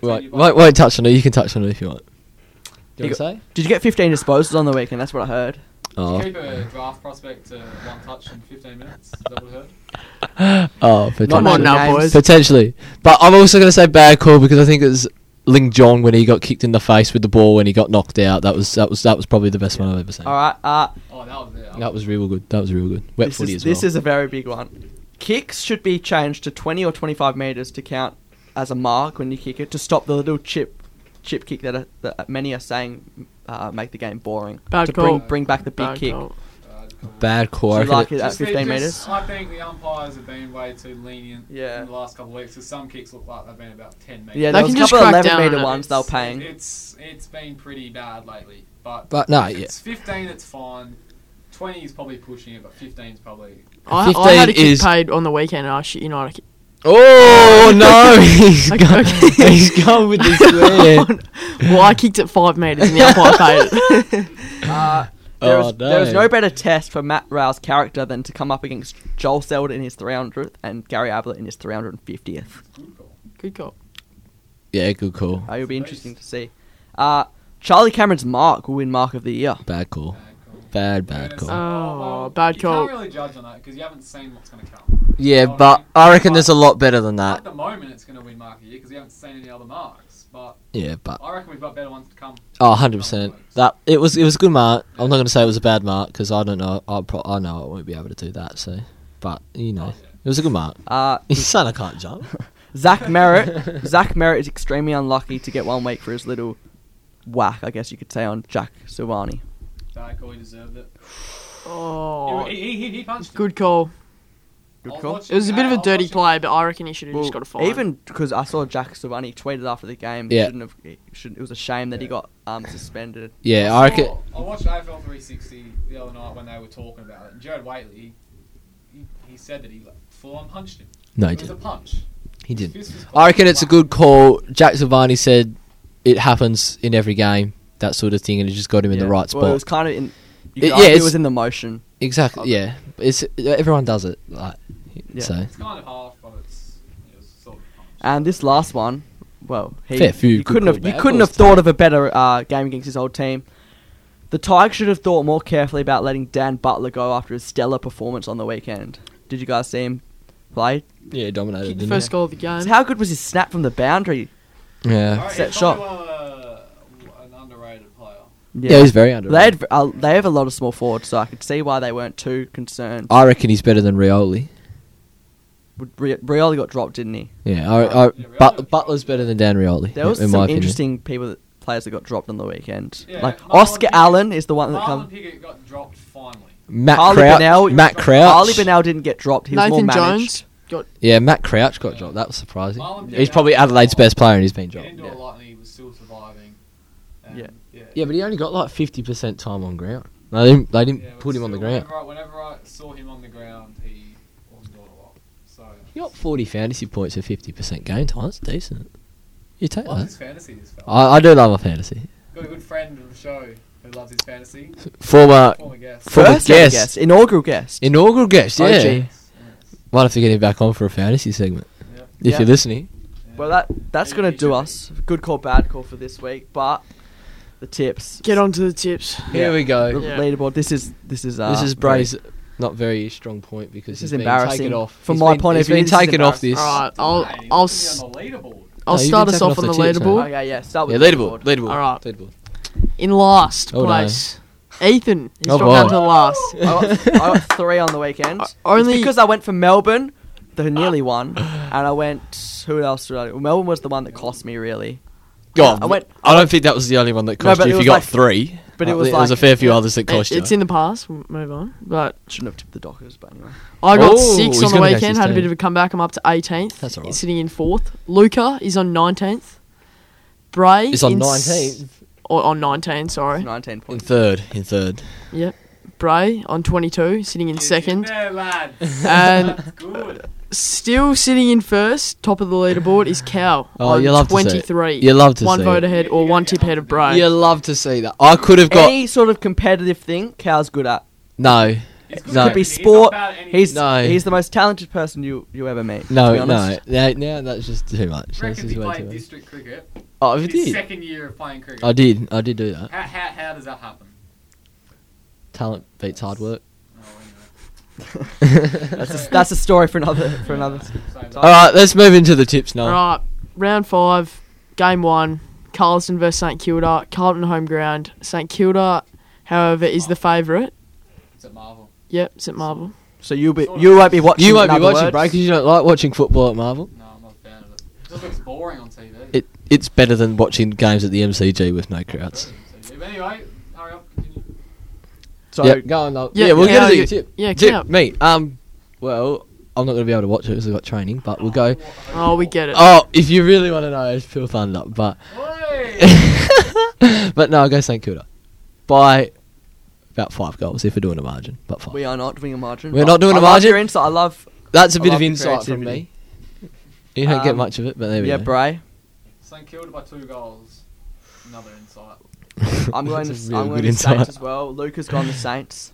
[SPEAKER 5] we
[SPEAKER 6] you
[SPEAKER 5] won't,
[SPEAKER 6] what?
[SPEAKER 5] won't, won't touch on it. You can touch on it if you want. Do you want to say?
[SPEAKER 1] Did you get 15 disposals on the weekend? That's what I heard.
[SPEAKER 5] Oh,
[SPEAKER 6] Keep a draft prospect to one touch in 15 minutes. Is that what I heard?
[SPEAKER 1] Not
[SPEAKER 5] oh,
[SPEAKER 4] Come on
[SPEAKER 5] potentially.
[SPEAKER 1] many
[SPEAKER 4] now,
[SPEAKER 1] games.
[SPEAKER 4] boys.
[SPEAKER 5] Potentially. But I'm also going to say bad call because I think it was Ling Jong when he got kicked in the face with the ball when he got knocked out. That was that was that was probably the best one I've ever seen.
[SPEAKER 1] All right. Uh,
[SPEAKER 6] Oh, that was it.
[SPEAKER 5] That was real good. That was real good. Wet
[SPEAKER 1] this
[SPEAKER 5] footy
[SPEAKER 1] is,
[SPEAKER 5] as well.
[SPEAKER 1] this is a very big one. Kicks should be changed to 20 or 25 meters to count as a mark when you kick it to stop the little chip chip kick that, are, that many are saying uh, make the game boring.
[SPEAKER 4] Bad
[SPEAKER 1] to
[SPEAKER 4] call.
[SPEAKER 1] bring bring back the big
[SPEAKER 4] Bad
[SPEAKER 1] kick.
[SPEAKER 4] call.
[SPEAKER 6] Bad call.
[SPEAKER 5] bad call.
[SPEAKER 1] Do
[SPEAKER 5] I
[SPEAKER 1] you
[SPEAKER 5] reckon
[SPEAKER 1] like
[SPEAKER 5] it-
[SPEAKER 1] it at
[SPEAKER 6] Just-
[SPEAKER 1] 15
[SPEAKER 6] just-
[SPEAKER 1] meters?
[SPEAKER 6] I think the umpires have been way too lenient
[SPEAKER 1] Yeah.
[SPEAKER 6] in the last couple of weeks because some kicks look like they've been about 10 meters.
[SPEAKER 1] Yeah,
[SPEAKER 4] They
[SPEAKER 1] there was a
[SPEAKER 4] can just
[SPEAKER 1] couple of
[SPEAKER 4] crack
[SPEAKER 1] 11
[SPEAKER 4] down
[SPEAKER 1] meter
[SPEAKER 4] on it.
[SPEAKER 1] ones they were
[SPEAKER 6] It's-
[SPEAKER 1] paying.
[SPEAKER 6] It's it's been pretty bad lately, but
[SPEAKER 5] But no,
[SPEAKER 6] if
[SPEAKER 5] yeah.
[SPEAKER 6] it's 15. It's fine. 20 is probably pushing it, but 15 is probably.
[SPEAKER 4] I, I had a
[SPEAKER 5] 15
[SPEAKER 4] kick
[SPEAKER 5] is-
[SPEAKER 4] paid on the weekend. And I shit, you know, I had a kick.
[SPEAKER 5] Oh
[SPEAKER 1] [laughs]
[SPEAKER 5] no! He's
[SPEAKER 4] Okay,
[SPEAKER 5] gone.
[SPEAKER 4] okay.
[SPEAKER 5] He's gone with the square.
[SPEAKER 4] well, I kicked it five meters and the umpire paid it.
[SPEAKER 5] [laughs]
[SPEAKER 1] Uh, there,
[SPEAKER 5] Oh,
[SPEAKER 1] was, there was
[SPEAKER 5] no.
[SPEAKER 1] no better test for Matt Rao's character than to come up against Joel Selwood in his 300th and Gary Ablett in his 350th.
[SPEAKER 6] Good call.
[SPEAKER 4] Good call.
[SPEAKER 5] yeah, good call.
[SPEAKER 1] Uh, it'll be interesting to see. Uh, Charlie Cameron's mark will win Mark of the Year.
[SPEAKER 5] Bad call.
[SPEAKER 6] Bad call.
[SPEAKER 5] Bad bad call.
[SPEAKER 4] Oh,
[SPEAKER 6] well,
[SPEAKER 4] bad
[SPEAKER 6] You
[SPEAKER 4] call.
[SPEAKER 6] can't really judge on that because you haven't seen what's going to come.
[SPEAKER 5] Yeah, but I reckon there's a lot better than
[SPEAKER 6] At
[SPEAKER 5] that.
[SPEAKER 6] the moment, it's going to win mark of the year because we haven't seen any other marks. But
[SPEAKER 5] Yeah, but
[SPEAKER 6] I reckon we've got better ones to come.
[SPEAKER 5] Oh, 100 percent. That it was it was a good mark. I'm not going to say it was a bad mark because I don't know. I pro- I know I won't be able to do that. So, but you know, it was a good mark.
[SPEAKER 1] Uh,
[SPEAKER 5] His son, I can't jump.
[SPEAKER 4] [laughs]
[SPEAKER 1] Zach Merritt. Zach Merritt is extremely unlucky to get one week for his little whack, I guess you could say, on Jack Silvani.
[SPEAKER 6] Bad call. He deserved it.
[SPEAKER 4] Oh,
[SPEAKER 6] He, he, he, he punched.
[SPEAKER 4] good call.
[SPEAKER 1] Good call.
[SPEAKER 4] It was a bit of a dirty play, but I reckon he should have just got a fine.
[SPEAKER 1] even because I saw Jack Silvani tweeted after the game,
[SPEAKER 5] Yeah.
[SPEAKER 1] shouldn't have, it shouldn't, it was a shame that he got um, suspended.
[SPEAKER 5] [laughs] Yeah, I reckon.
[SPEAKER 6] I watched AFL 360 the other night when they were talking about it. And Jared Waitley he said that he like, full on punched him.
[SPEAKER 5] No, he
[SPEAKER 6] it was a
[SPEAKER 5] didn't.
[SPEAKER 6] punch.
[SPEAKER 5] He didn't.
[SPEAKER 6] Fist was
[SPEAKER 5] I reckon it's a good call. Jack Silvani said it happens in every game, that sort of thing, and it just got him in the
[SPEAKER 1] Yeah.
[SPEAKER 5] right spot.
[SPEAKER 1] Well, it was kind of in.
[SPEAKER 5] It-
[SPEAKER 1] You
[SPEAKER 5] yeah,
[SPEAKER 1] could argue it
[SPEAKER 5] it's-
[SPEAKER 1] was in the motion.
[SPEAKER 5] exactly. Yeah, it's everyone does it. Like,
[SPEAKER 1] Yeah.
[SPEAKER 5] so
[SPEAKER 6] It's kind of half, but it's it was sort of a punch.
[SPEAKER 1] And this last one, well, he,
[SPEAKER 5] Fair few
[SPEAKER 1] you
[SPEAKER 5] good
[SPEAKER 1] couldn't have you
[SPEAKER 5] callbacks.
[SPEAKER 1] couldn't have thought of a better uh, game against his old team. The Tigers should have thought more carefully about letting Dan Butler go after his stellar performance on the weekend. Did you guys see him play?
[SPEAKER 5] yeah, dominated.
[SPEAKER 4] Kicked the
[SPEAKER 5] didn't
[SPEAKER 4] first goal of the game.
[SPEAKER 1] So how good was his snap from the boundary?
[SPEAKER 5] he? Yeah.
[SPEAKER 6] Alright,
[SPEAKER 1] set
[SPEAKER 6] it's
[SPEAKER 1] shot.
[SPEAKER 6] probably, uh, an underrated player.
[SPEAKER 5] yeah, he's very underrated.
[SPEAKER 1] they had, uh, they have a lot of small forwards, so I could see why they weren't too concerned.
[SPEAKER 5] I reckon he's better than Rioli.
[SPEAKER 1] Would Ri- Rioli got dropped, didn't he?
[SPEAKER 5] Yeah, I, I,
[SPEAKER 6] Yeah, Rioli-
[SPEAKER 5] but, Butler's better than Dan Rioli.
[SPEAKER 1] There was
[SPEAKER 5] in my
[SPEAKER 1] some
[SPEAKER 5] opinion.
[SPEAKER 1] interesting people, that, players that got dropped on the weekend.
[SPEAKER 6] Yeah,
[SPEAKER 1] like
[SPEAKER 6] Marlon
[SPEAKER 1] Oscar
[SPEAKER 6] Pickett-
[SPEAKER 1] Allen is the one that
[SPEAKER 6] Marlon
[SPEAKER 1] comes.
[SPEAKER 6] Pickett got dropped finally.
[SPEAKER 5] Matt
[SPEAKER 1] Harley
[SPEAKER 5] Crouch.
[SPEAKER 1] Bunnell-
[SPEAKER 5] Matt Crouch.
[SPEAKER 1] Harley Benell didn't get dropped. He was more
[SPEAKER 4] Nathan
[SPEAKER 1] managed.
[SPEAKER 4] Jones got
[SPEAKER 5] Yeah, Matt Crouch got dropped. That was surprising.
[SPEAKER 6] Marlon
[SPEAKER 5] He's
[SPEAKER 6] Pickett-
[SPEAKER 5] probably Adelaide's best player, and he's been
[SPEAKER 6] He
[SPEAKER 5] dropped.
[SPEAKER 6] didn't do
[SPEAKER 5] Yeah.
[SPEAKER 6] a lot, and he was still surviving. And,
[SPEAKER 1] Yeah.
[SPEAKER 6] yeah.
[SPEAKER 5] Yeah, but he only got like fifty percent time on ground. No, they didn't. They didn't
[SPEAKER 6] Yeah, but
[SPEAKER 5] put him on the
[SPEAKER 6] still,
[SPEAKER 5] ground.
[SPEAKER 6] Whenever I, whenever I saw him on the ground, he wasn't doing a lot. So
[SPEAKER 5] He got forty fantasy points at fifty percent game time. That's decent. You take
[SPEAKER 6] loves
[SPEAKER 5] that.
[SPEAKER 6] his fantasy. This fella.
[SPEAKER 5] I, I do love a fantasy.
[SPEAKER 6] Got a good friend of the show who loves his fantasy.
[SPEAKER 5] Former
[SPEAKER 6] Former guest.
[SPEAKER 5] For the
[SPEAKER 1] First ever
[SPEAKER 5] guest.
[SPEAKER 1] guest, inaugural guest.
[SPEAKER 5] inaugural guest. Yeah,
[SPEAKER 1] OG.
[SPEAKER 5] might have to get him back on for a fantasy segment.
[SPEAKER 6] Yep.
[SPEAKER 5] If
[SPEAKER 1] Yeah.
[SPEAKER 5] you're listening,
[SPEAKER 1] Well, that that's
[SPEAKER 6] He-
[SPEAKER 1] gonna
[SPEAKER 6] he should
[SPEAKER 1] do
[SPEAKER 6] be.
[SPEAKER 1] us. Good call, bad call for this week. But the tips.
[SPEAKER 4] get onto the tips.
[SPEAKER 5] here we
[SPEAKER 1] The
[SPEAKER 5] go.
[SPEAKER 4] Yeah.
[SPEAKER 1] leaderboard. This is this is uh,
[SPEAKER 5] this is
[SPEAKER 1] very-
[SPEAKER 5] Bray's not very strong point
[SPEAKER 1] This
[SPEAKER 5] because he's
[SPEAKER 1] is
[SPEAKER 5] been
[SPEAKER 1] embarrassing.
[SPEAKER 5] taken off.
[SPEAKER 1] From
[SPEAKER 5] He's
[SPEAKER 1] my
[SPEAKER 5] been-
[SPEAKER 1] point of
[SPEAKER 5] he's
[SPEAKER 1] view,
[SPEAKER 5] been
[SPEAKER 1] this is
[SPEAKER 5] taken off
[SPEAKER 1] embarrassing.
[SPEAKER 5] this.
[SPEAKER 4] All right, I'll
[SPEAKER 6] Hey, he
[SPEAKER 4] I'll
[SPEAKER 6] must be
[SPEAKER 4] s-
[SPEAKER 6] on the leaderboard.
[SPEAKER 4] I'll
[SPEAKER 5] No, you've
[SPEAKER 4] start
[SPEAKER 5] been
[SPEAKER 4] us
[SPEAKER 5] taking
[SPEAKER 4] off
[SPEAKER 5] off
[SPEAKER 4] on the
[SPEAKER 5] the tips, mate.
[SPEAKER 4] leaderboard.
[SPEAKER 1] Okay, yeah. Start
[SPEAKER 5] Yeah,
[SPEAKER 1] with
[SPEAKER 5] leaderboard, leaderboard,
[SPEAKER 4] All right.
[SPEAKER 5] leaderboard.
[SPEAKER 4] In last
[SPEAKER 5] Oh, no.
[SPEAKER 4] place, Ethan. He's
[SPEAKER 5] Oh,
[SPEAKER 4] dropped down
[SPEAKER 5] boy.
[SPEAKER 4] to last.
[SPEAKER 1] I got, I
[SPEAKER 5] [laughs]
[SPEAKER 1] got three on the weekend.
[SPEAKER 4] O- only-
[SPEAKER 1] it's because I went for Melbourne, the nearly one, and I went. Who else did I? do? Melbourne was the one that cost me really, Uh,
[SPEAKER 5] God,
[SPEAKER 1] I went-
[SPEAKER 5] I don't think that was the only one that
[SPEAKER 1] No,
[SPEAKER 5] cost
[SPEAKER 1] but
[SPEAKER 5] you.
[SPEAKER 1] it
[SPEAKER 5] If you
[SPEAKER 1] was
[SPEAKER 5] got
[SPEAKER 1] like-
[SPEAKER 5] three,
[SPEAKER 1] but it
[SPEAKER 5] Uh,
[SPEAKER 1] was
[SPEAKER 5] there was
[SPEAKER 1] like-
[SPEAKER 5] a fair few others that cost
[SPEAKER 4] It-
[SPEAKER 5] you.
[SPEAKER 4] it's in the past. We'll move on. But
[SPEAKER 1] shouldn't have tipped the Dockers, but anyway.
[SPEAKER 4] I got
[SPEAKER 5] Oh,
[SPEAKER 4] six
[SPEAKER 5] he's
[SPEAKER 4] on the
[SPEAKER 5] gonna go
[SPEAKER 4] weekend. Had a
[SPEAKER 5] 16.
[SPEAKER 4] bit of a comeback. I'm up to 18th.
[SPEAKER 5] That's all right.
[SPEAKER 4] Sitting in fourth. Luca is on 19th. Bray
[SPEAKER 5] It's on
[SPEAKER 4] in s-
[SPEAKER 5] nineteenth,
[SPEAKER 4] Or on 19, sorry.
[SPEAKER 1] Nineteen
[SPEAKER 5] in
[SPEAKER 1] points.
[SPEAKER 5] third, in third.
[SPEAKER 4] Bray on 22, sitting in
[SPEAKER 6] Get
[SPEAKER 4] second.
[SPEAKER 5] [laughs]
[SPEAKER 6] there, lad.
[SPEAKER 4] And
[SPEAKER 6] That's good.
[SPEAKER 4] still sitting in first, top of the leaderboard, is Cow.
[SPEAKER 5] [sighs] Oh,
[SPEAKER 4] on
[SPEAKER 5] you love to see it.
[SPEAKER 4] 23.
[SPEAKER 5] You love to
[SPEAKER 4] One
[SPEAKER 5] see
[SPEAKER 4] vote
[SPEAKER 5] it.
[SPEAKER 4] ahead or one tip ahead of Bray.
[SPEAKER 5] You love to see that. I could have got
[SPEAKER 1] Any sort of competitive thing, Cow's good at.
[SPEAKER 5] no,
[SPEAKER 6] He's good
[SPEAKER 5] No.
[SPEAKER 6] at
[SPEAKER 1] Could be
[SPEAKER 6] everything. He's not
[SPEAKER 1] sport.
[SPEAKER 6] bad at anything.
[SPEAKER 1] He's
[SPEAKER 5] No.
[SPEAKER 1] he's the most talented person you you ever meet. to be
[SPEAKER 5] no, no.
[SPEAKER 1] honest.
[SPEAKER 5] Now, now that's just too much. That's
[SPEAKER 6] Reckons
[SPEAKER 5] just
[SPEAKER 6] he
[SPEAKER 5] way too
[SPEAKER 6] played
[SPEAKER 5] much.
[SPEAKER 6] district cricket.
[SPEAKER 5] Oh, if it
[SPEAKER 6] His
[SPEAKER 5] did,
[SPEAKER 6] second year of playing cricket.
[SPEAKER 5] I did, I did do that.
[SPEAKER 6] How, how, how does that happen?
[SPEAKER 5] Talent beats hard work.
[SPEAKER 6] Oh,
[SPEAKER 1] [laughs]
[SPEAKER 6] [laughs]
[SPEAKER 1] That's a, that's a story for another for another.
[SPEAKER 6] anyway.
[SPEAKER 5] All right, let's move into the tips now.
[SPEAKER 4] Right, round five, game one, Carlton versus St Kilda, Carlton home ground. St Kilda, however, is the favourite.
[SPEAKER 6] It's at Marvel.
[SPEAKER 4] Yep, St Marvel.
[SPEAKER 1] So you'll be you won't be watching.
[SPEAKER 5] You won't
[SPEAKER 1] in
[SPEAKER 5] be
[SPEAKER 1] other
[SPEAKER 5] watching,
[SPEAKER 1] words.
[SPEAKER 5] bro, because you don't like watching football at Marvel.
[SPEAKER 6] No, I'm not a fan of it. It just looks boring on TV.
[SPEAKER 5] It it's better than watching games at the MCG with no crowds.
[SPEAKER 6] But anyway, hurry up. Continue.
[SPEAKER 1] So
[SPEAKER 5] yeah, go on. though.
[SPEAKER 4] Yeah,
[SPEAKER 5] Yeah, we're
[SPEAKER 4] yeah,
[SPEAKER 5] gonna do
[SPEAKER 4] you-
[SPEAKER 5] your tip.
[SPEAKER 4] yeah,
[SPEAKER 5] tip
[SPEAKER 4] count.
[SPEAKER 5] me. Um, well, I'm not gonna be able to watch it because I've got training, but we'll go.
[SPEAKER 4] Oh, we get it.
[SPEAKER 5] Oh, if you really want to know, it's Phil Thunder,
[SPEAKER 1] [laughs]
[SPEAKER 5] but
[SPEAKER 6] Oi!
[SPEAKER 5] but no, I'll go St Kilda by about five goals if we're doing a margin, but five.
[SPEAKER 1] we are not doing a margin.
[SPEAKER 5] We're
[SPEAKER 1] but
[SPEAKER 5] not doing
[SPEAKER 1] I
[SPEAKER 5] a
[SPEAKER 1] love
[SPEAKER 5] margin.
[SPEAKER 1] Your insight. I love.
[SPEAKER 5] That's a
[SPEAKER 1] I
[SPEAKER 5] bit
[SPEAKER 1] love
[SPEAKER 5] of
[SPEAKER 1] the
[SPEAKER 5] insight from me.
[SPEAKER 1] creativity.
[SPEAKER 5] You don't get
[SPEAKER 1] Um,
[SPEAKER 5] much of it, but there we
[SPEAKER 1] Yeah,
[SPEAKER 5] go. [laughs]
[SPEAKER 1] Bray.
[SPEAKER 6] St Kilda by two goals. Another insight.
[SPEAKER 5] [laughs]
[SPEAKER 1] I'm going.
[SPEAKER 5] That's a
[SPEAKER 1] To,
[SPEAKER 5] really
[SPEAKER 1] I'm
[SPEAKER 5] good
[SPEAKER 1] going to Saints
[SPEAKER 5] insight.
[SPEAKER 1] as well. Luca's gone to Saints.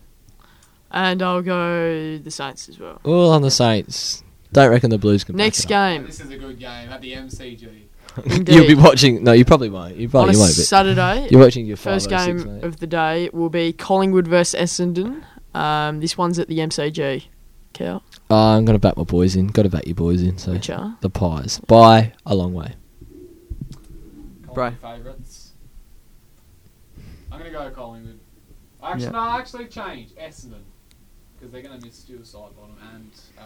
[SPEAKER 4] And I'll go the Saints as well.
[SPEAKER 5] All on the Saints. Don't reckon the Blues can. back
[SPEAKER 4] Next
[SPEAKER 5] it up.
[SPEAKER 4] game,
[SPEAKER 6] This is a good game at the MCG.
[SPEAKER 5] [laughs] You'll be
[SPEAKER 4] indeed.
[SPEAKER 5] watching. No, you probably won't. You
[SPEAKER 4] on
[SPEAKER 5] probably
[SPEAKER 4] a
[SPEAKER 5] won't. But
[SPEAKER 4] Saturday,
[SPEAKER 5] you're watching your five
[SPEAKER 4] first
[SPEAKER 5] oh six,
[SPEAKER 4] game
[SPEAKER 5] mate.
[SPEAKER 4] of the day will be Collingwood versus Essendon. Um, this one's at the MCG. Cow,
[SPEAKER 5] Uh, I'm gonna back my boys in. Got to back your boys in. So
[SPEAKER 4] which are?
[SPEAKER 5] the Pies by a long way.
[SPEAKER 1] Bro.
[SPEAKER 6] Collingwood favourites. I'm gonna go Collingwood. Actually,
[SPEAKER 1] Yeah.
[SPEAKER 6] no, I actually changed Essendon because they're gonna miss Stuart Sidebottom and. Uh,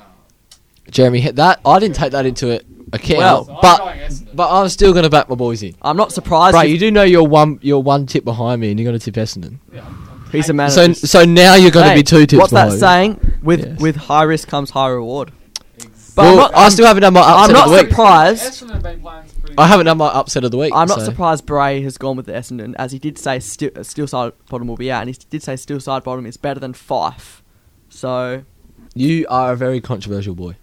[SPEAKER 5] Jeremy hit that. I didn't take that into it- account,
[SPEAKER 1] Well-
[SPEAKER 6] so I'm
[SPEAKER 5] but
[SPEAKER 6] going Essendon.
[SPEAKER 5] but I'm still gonna back my boys in.
[SPEAKER 1] I'm not surprised.
[SPEAKER 5] Right,
[SPEAKER 1] if-
[SPEAKER 5] you do know you're one you're one tip behind me, and you're gonna tip Essendon.
[SPEAKER 6] yeah, I'm, I'm
[SPEAKER 1] he's a
[SPEAKER 6] taking-
[SPEAKER 1] man. of
[SPEAKER 5] So
[SPEAKER 1] his-
[SPEAKER 5] so now you're gonna
[SPEAKER 1] Hey,
[SPEAKER 5] be two tips
[SPEAKER 1] What's that
[SPEAKER 5] behind me.
[SPEAKER 1] saying? With
[SPEAKER 5] Yes.
[SPEAKER 1] with high risk comes high reward.
[SPEAKER 6] Exactly.
[SPEAKER 1] But I'm
[SPEAKER 5] Well,
[SPEAKER 1] not-
[SPEAKER 5] I still haven't done my upset
[SPEAKER 1] I'm
[SPEAKER 5] of
[SPEAKER 1] not
[SPEAKER 5] the week.
[SPEAKER 1] surprised.
[SPEAKER 6] Essendon have been playing some pretty
[SPEAKER 5] I haven't done my upset of the week.
[SPEAKER 1] I'm not
[SPEAKER 5] so-
[SPEAKER 1] surprised Bray has gone with the Essendon, as he did say uh, Steel, Steel Side Bottom will be out, and he did say Steel Side Bottom is better than Fife. So
[SPEAKER 5] You are a very controversial boy.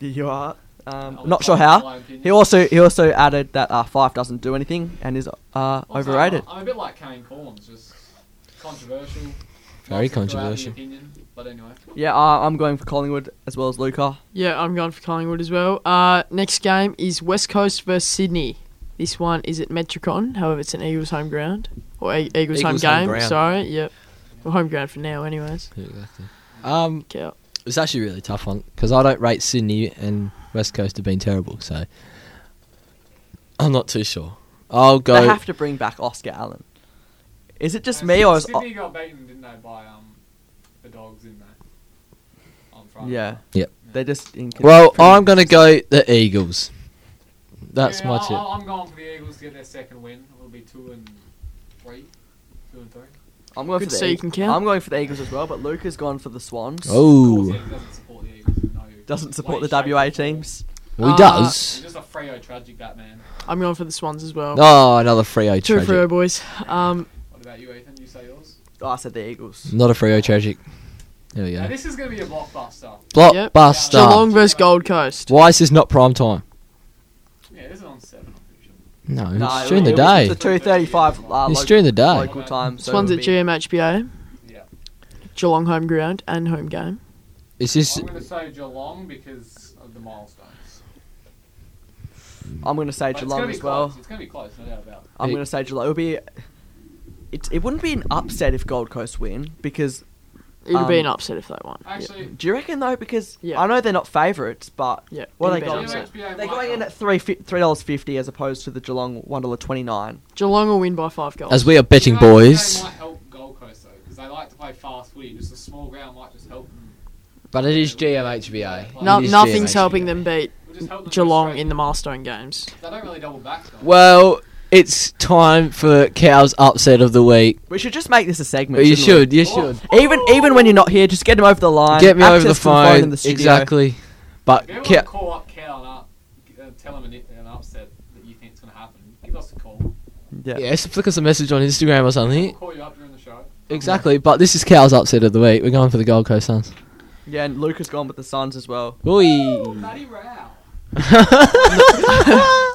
[SPEAKER 1] You are. Um,
[SPEAKER 6] I'll
[SPEAKER 1] not
[SPEAKER 6] try
[SPEAKER 1] sure
[SPEAKER 6] to
[SPEAKER 1] how.
[SPEAKER 6] align opinions.
[SPEAKER 1] He also he also added that uh, Fife doesn't do anything and is uh,
[SPEAKER 6] Also,
[SPEAKER 1] overrated.
[SPEAKER 6] I'm a bit like Kane Corns, just
[SPEAKER 5] Very
[SPEAKER 6] controversial. Lots of throughout the
[SPEAKER 5] controversial.
[SPEAKER 6] Opinion, but anyway,
[SPEAKER 1] Yeah, uh, I'm going for Collingwood as well as Luca.
[SPEAKER 4] Yeah, I'm going for Collingwood as well. Uh, next game is West Coast versus Sydney. This one is at Metricon, however, it's an Eagles home ground. Or e- Eagles, home
[SPEAKER 5] Eagles home
[SPEAKER 4] game,
[SPEAKER 5] ground.
[SPEAKER 4] sorry. Yep. Well, home ground for now, anyways.
[SPEAKER 5] Yeah, exactly. Um,
[SPEAKER 4] Okay.
[SPEAKER 5] it's actually a really tough one because I don't rate Sydney and West Coast have been terrible, so I'm not too sure. I'll go.
[SPEAKER 1] They have to bring back Oscar Allen. Is it just me or oh. is
[SPEAKER 6] Uh, Sydney got beaten, didn't they, by um the dogs, didn't they? On Friday.
[SPEAKER 1] yeah?
[SPEAKER 5] Yep.
[SPEAKER 1] They're just inconsistent.
[SPEAKER 5] well, I'm gonna go the Eagles. That's
[SPEAKER 6] yeah,
[SPEAKER 5] my
[SPEAKER 6] I-
[SPEAKER 5] tip.
[SPEAKER 6] I- I'm going for the Eagles to get their second win. It'll be two and three, two and three.
[SPEAKER 1] I'm going
[SPEAKER 4] Good
[SPEAKER 1] for the
[SPEAKER 4] so you
[SPEAKER 1] Eag-
[SPEAKER 4] can count.
[SPEAKER 1] I'm going for the Eagles as well, but Luca's gone for the Swans.
[SPEAKER 5] Oh,
[SPEAKER 6] Of course, yeah, he doesn't support the Eagles. in No
[SPEAKER 1] Doesn't support the
[SPEAKER 6] way, shape, or
[SPEAKER 1] WA
[SPEAKER 6] form.
[SPEAKER 1] teams.
[SPEAKER 5] well, he
[SPEAKER 4] Uh,
[SPEAKER 5] does.
[SPEAKER 6] He's just a Freo tragic Batman.
[SPEAKER 4] I'm going for the Swans as well.
[SPEAKER 5] Oh, another Freo
[SPEAKER 4] Two
[SPEAKER 5] tragic.
[SPEAKER 4] for your boys. Um,
[SPEAKER 6] What about you, Ethan? You say yours.
[SPEAKER 1] Oh, I said the Eagles.
[SPEAKER 5] Not a Freo tragic. There we
[SPEAKER 6] Now,
[SPEAKER 5] go.
[SPEAKER 6] this is going to be a blockbuster.
[SPEAKER 4] Yep.
[SPEAKER 5] Blockbuster.
[SPEAKER 4] Geelong versus Gold Coast.
[SPEAKER 5] Why is this not prime time?
[SPEAKER 6] Yeah, this is on seven. I'm pretty sure.
[SPEAKER 5] No,
[SPEAKER 1] No,
[SPEAKER 5] it's during
[SPEAKER 1] it
[SPEAKER 5] the
[SPEAKER 1] was-
[SPEAKER 5] day.
[SPEAKER 1] It's two thirty-five. Uh,
[SPEAKER 5] It's
[SPEAKER 1] local-
[SPEAKER 5] during the day.
[SPEAKER 1] Local time.
[SPEAKER 4] This
[SPEAKER 1] So
[SPEAKER 4] one's
[SPEAKER 1] it
[SPEAKER 4] at
[SPEAKER 1] would be-
[SPEAKER 4] GMHBA.
[SPEAKER 6] Yeah.
[SPEAKER 4] Geelong home ground and home game.
[SPEAKER 5] It's just
[SPEAKER 6] I'm going to say Geelong because of the milestones.
[SPEAKER 1] I'm going to say
[SPEAKER 6] But it's going
[SPEAKER 1] Geelong
[SPEAKER 6] to be
[SPEAKER 1] as
[SPEAKER 6] close.
[SPEAKER 1] well.
[SPEAKER 6] It's going to be close, no doubt about it.
[SPEAKER 1] I'm
[SPEAKER 5] It-
[SPEAKER 1] going to say Geelong. It would be. It, it wouldn't be an upset if Gold Coast win because
[SPEAKER 4] It would be
[SPEAKER 1] Um,
[SPEAKER 4] an upset if they won.
[SPEAKER 6] Actually,
[SPEAKER 1] do you reckon though? Because
[SPEAKER 4] Mm. Yeah.
[SPEAKER 1] I know they're not favourites, but
[SPEAKER 4] Yeah.
[SPEAKER 1] What
[SPEAKER 4] it'd
[SPEAKER 1] they
[SPEAKER 4] be an
[SPEAKER 1] got?
[SPEAKER 4] upset.
[SPEAKER 6] GMHBA
[SPEAKER 1] they're
[SPEAKER 6] might
[SPEAKER 1] going in
[SPEAKER 6] not.
[SPEAKER 1] at three three dollars fifty as opposed to the Geelong one dollar twenty nine.
[SPEAKER 4] Geelong will win by five goals.
[SPEAKER 5] as we are betting
[SPEAKER 6] You know,
[SPEAKER 5] boys,
[SPEAKER 6] They might help Gold Coast though, because they like to play fast footy. Just a small ground might just help them.
[SPEAKER 5] but it is GMHBA.
[SPEAKER 4] no,
[SPEAKER 5] It is
[SPEAKER 4] nothing's
[SPEAKER 5] GMHBA.
[SPEAKER 4] helping them beat
[SPEAKER 6] It'll just help them
[SPEAKER 4] Geelong
[SPEAKER 6] frustrate
[SPEAKER 4] in the
[SPEAKER 6] them.
[SPEAKER 4] milestone games.
[SPEAKER 6] They don't really double back though.
[SPEAKER 5] Well, it's time for Cow's upset of the week.
[SPEAKER 1] We should just make this a segment.
[SPEAKER 5] you
[SPEAKER 1] shouldn't we?
[SPEAKER 5] should, you should.
[SPEAKER 1] Even even when you're not here, just get him over the line.
[SPEAKER 5] Get me
[SPEAKER 1] access
[SPEAKER 5] over
[SPEAKER 1] to
[SPEAKER 5] the phone.
[SPEAKER 1] in the studio.
[SPEAKER 5] exactly. But
[SPEAKER 6] If you
[SPEAKER 5] Cow,
[SPEAKER 6] want to call up Cal and up, uh, tell him an, an upset that you think's going to happen, give us a call.
[SPEAKER 1] Yeah.
[SPEAKER 5] yeah, so flick us a message on Instagram or
[SPEAKER 6] We'll
[SPEAKER 5] something.
[SPEAKER 6] call you up during the show.
[SPEAKER 5] Exactly. But this is Cow's upset of the week. We're going for the Gold Coast Suns.
[SPEAKER 1] Yeah, and Luke has gone with the Suns as well.
[SPEAKER 5] [laughs] Oi.
[SPEAKER 6] Matty Rao.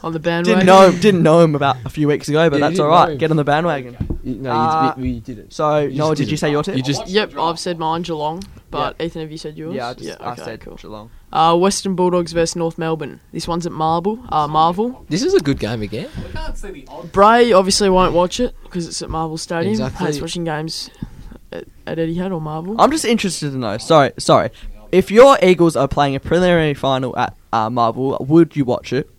[SPEAKER 4] On the bandwagon.
[SPEAKER 1] Didn't know didn't know him about a few weeks ago, but
[SPEAKER 5] Yeah, you
[SPEAKER 1] that's
[SPEAKER 5] didn't
[SPEAKER 1] all
[SPEAKER 5] know him.
[SPEAKER 1] right. Get on the bandwagon.
[SPEAKER 5] No,
[SPEAKER 1] Uh,
[SPEAKER 5] you, did it.
[SPEAKER 1] So
[SPEAKER 5] just
[SPEAKER 1] Noah, did
[SPEAKER 5] did
[SPEAKER 1] you
[SPEAKER 5] it.
[SPEAKER 1] say your tip?
[SPEAKER 5] You just-
[SPEAKER 4] Yep, I've said mine, Geelong. But Ethan, have you said yours?
[SPEAKER 1] yeah, I, just, I
[SPEAKER 4] okay,
[SPEAKER 1] said
[SPEAKER 4] cool.
[SPEAKER 1] Geelong.
[SPEAKER 4] Uh, Western Bulldogs versus North Melbourne. This one's at Marvel. Uh, Marvel.
[SPEAKER 5] This is a good game again.
[SPEAKER 6] We can't see the odds.
[SPEAKER 4] Bray obviously won't watch it because it's at Marvel Stadium.
[SPEAKER 5] Exactly.
[SPEAKER 4] Hates watching games at, at Etihad or Marvel.
[SPEAKER 1] I'm just interested to know. Sorry, sorry. If your Eagles are playing a preliminary final at uh, Marvel, would you watch it?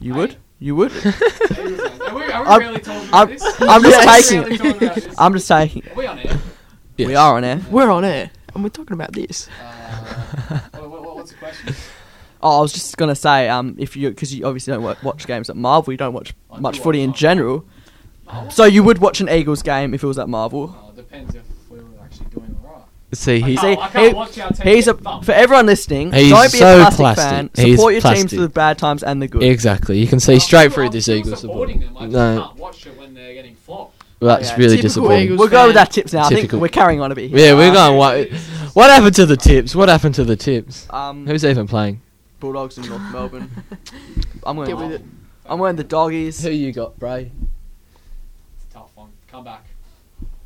[SPEAKER 1] You
[SPEAKER 6] I-
[SPEAKER 1] would. You
[SPEAKER 6] [laughs]
[SPEAKER 1] would.
[SPEAKER 6] Are we, are we
[SPEAKER 1] I'm-
[SPEAKER 6] really talking about
[SPEAKER 1] I'm,
[SPEAKER 6] this?
[SPEAKER 1] [laughs] I'm just
[SPEAKER 4] Yes.
[SPEAKER 1] taking
[SPEAKER 6] Really talking about
[SPEAKER 1] it.
[SPEAKER 6] this?
[SPEAKER 1] I'm just taking it.
[SPEAKER 6] Are we on
[SPEAKER 5] [laughs]
[SPEAKER 6] air?
[SPEAKER 1] We are on air.
[SPEAKER 4] We're on air and we're talking about this.
[SPEAKER 6] Uh, what, what, what's the question?
[SPEAKER 1] Oh, I was just gonna say, um, if you because you obviously don't wa- watch games at Marvel, you don't watch
[SPEAKER 6] I do
[SPEAKER 1] much
[SPEAKER 6] watch
[SPEAKER 1] footy in
[SPEAKER 6] Marvel.
[SPEAKER 1] general.
[SPEAKER 6] Oh,
[SPEAKER 1] So you would watch an Eagles game if it was at Marvel.
[SPEAKER 6] oh, depends if we were actually doing all right.
[SPEAKER 5] See, he's
[SPEAKER 1] See,
[SPEAKER 6] Oh, I can't
[SPEAKER 1] he-
[SPEAKER 6] watch our team
[SPEAKER 1] He's a
[SPEAKER 6] get thumped.
[SPEAKER 1] for everyone listening.
[SPEAKER 5] He's
[SPEAKER 1] don't be
[SPEAKER 5] so
[SPEAKER 1] a plastic,
[SPEAKER 5] plastic.
[SPEAKER 1] fan.
[SPEAKER 5] He's
[SPEAKER 1] Support your teams
[SPEAKER 5] plastic.
[SPEAKER 1] for the bad times and the good.
[SPEAKER 5] exactly. You can see
[SPEAKER 6] I'm
[SPEAKER 5] straight
[SPEAKER 6] still-
[SPEAKER 5] through
[SPEAKER 6] I'm
[SPEAKER 5] this
[SPEAKER 6] still
[SPEAKER 5] Eagles support.
[SPEAKER 6] supporting them. I just
[SPEAKER 5] No,
[SPEAKER 6] can't watch it when they're getting flopped.
[SPEAKER 5] that's
[SPEAKER 1] Yeah,
[SPEAKER 5] really
[SPEAKER 4] typical
[SPEAKER 5] disappointing.
[SPEAKER 4] Eagles.
[SPEAKER 1] We'll go with our
[SPEAKER 4] fan.
[SPEAKER 1] tips now. I
[SPEAKER 5] Typical.
[SPEAKER 1] think we're carrying on a bit. Here.
[SPEAKER 5] Yeah, we're
[SPEAKER 1] Uh,
[SPEAKER 5] going. What, what happened to the tips? What happened to the tips?
[SPEAKER 1] Um,
[SPEAKER 5] Who's even playing?
[SPEAKER 1] Bulldogs in North Melbourne. [laughs] I'm
[SPEAKER 4] Get
[SPEAKER 1] going.
[SPEAKER 4] with it.
[SPEAKER 1] I'm wearing the doggies.
[SPEAKER 5] Who you got, Bray?
[SPEAKER 6] It's a tough one. Come back.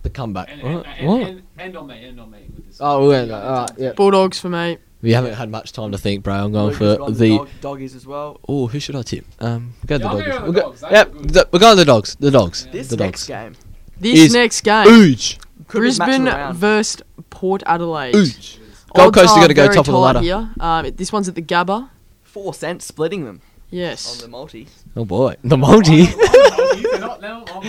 [SPEAKER 5] The comeback.
[SPEAKER 6] And, and,
[SPEAKER 5] What?
[SPEAKER 6] and,
[SPEAKER 5] What?
[SPEAKER 6] And, end on me. End on me with this.
[SPEAKER 5] Oh, we're going.
[SPEAKER 1] uh,
[SPEAKER 5] All right. Yeah.
[SPEAKER 4] Bulldogs for me.
[SPEAKER 5] We haven't had much time to think, bro. I'm going
[SPEAKER 1] Luke has
[SPEAKER 5] for
[SPEAKER 1] gone
[SPEAKER 5] the.
[SPEAKER 1] dog- doggies as well.
[SPEAKER 5] Oh, who should I tip? Um, go
[SPEAKER 6] Yeah, I'll
[SPEAKER 5] the
[SPEAKER 6] go
[SPEAKER 5] dogs.
[SPEAKER 6] with
[SPEAKER 5] We'll go-
[SPEAKER 6] the dogs, that's
[SPEAKER 5] Yep,
[SPEAKER 6] good.
[SPEAKER 5] the- we're going with the dogs. The dogs.
[SPEAKER 6] Yeah.
[SPEAKER 1] This
[SPEAKER 5] the
[SPEAKER 1] next
[SPEAKER 5] dogs.
[SPEAKER 1] game,
[SPEAKER 4] This
[SPEAKER 5] Is-
[SPEAKER 4] next game.
[SPEAKER 5] Ooge.
[SPEAKER 1] Could be match of the
[SPEAKER 4] Brisbane
[SPEAKER 1] round.
[SPEAKER 4] versus Port Adelaide.
[SPEAKER 5] Ooge. Gold Coast are going to go
[SPEAKER 4] very
[SPEAKER 5] top of the
[SPEAKER 4] tight
[SPEAKER 5] ladder.
[SPEAKER 4] Here. Um, it- this one's at the Gabba.
[SPEAKER 1] four cents splitting them on
[SPEAKER 4] Yes.
[SPEAKER 1] the multi.
[SPEAKER 5] Oh
[SPEAKER 6] [laughs]
[SPEAKER 5] boy, the multi.
[SPEAKER 6] Oh, They're not- they're not-
[SPEAKER 5] [laughs]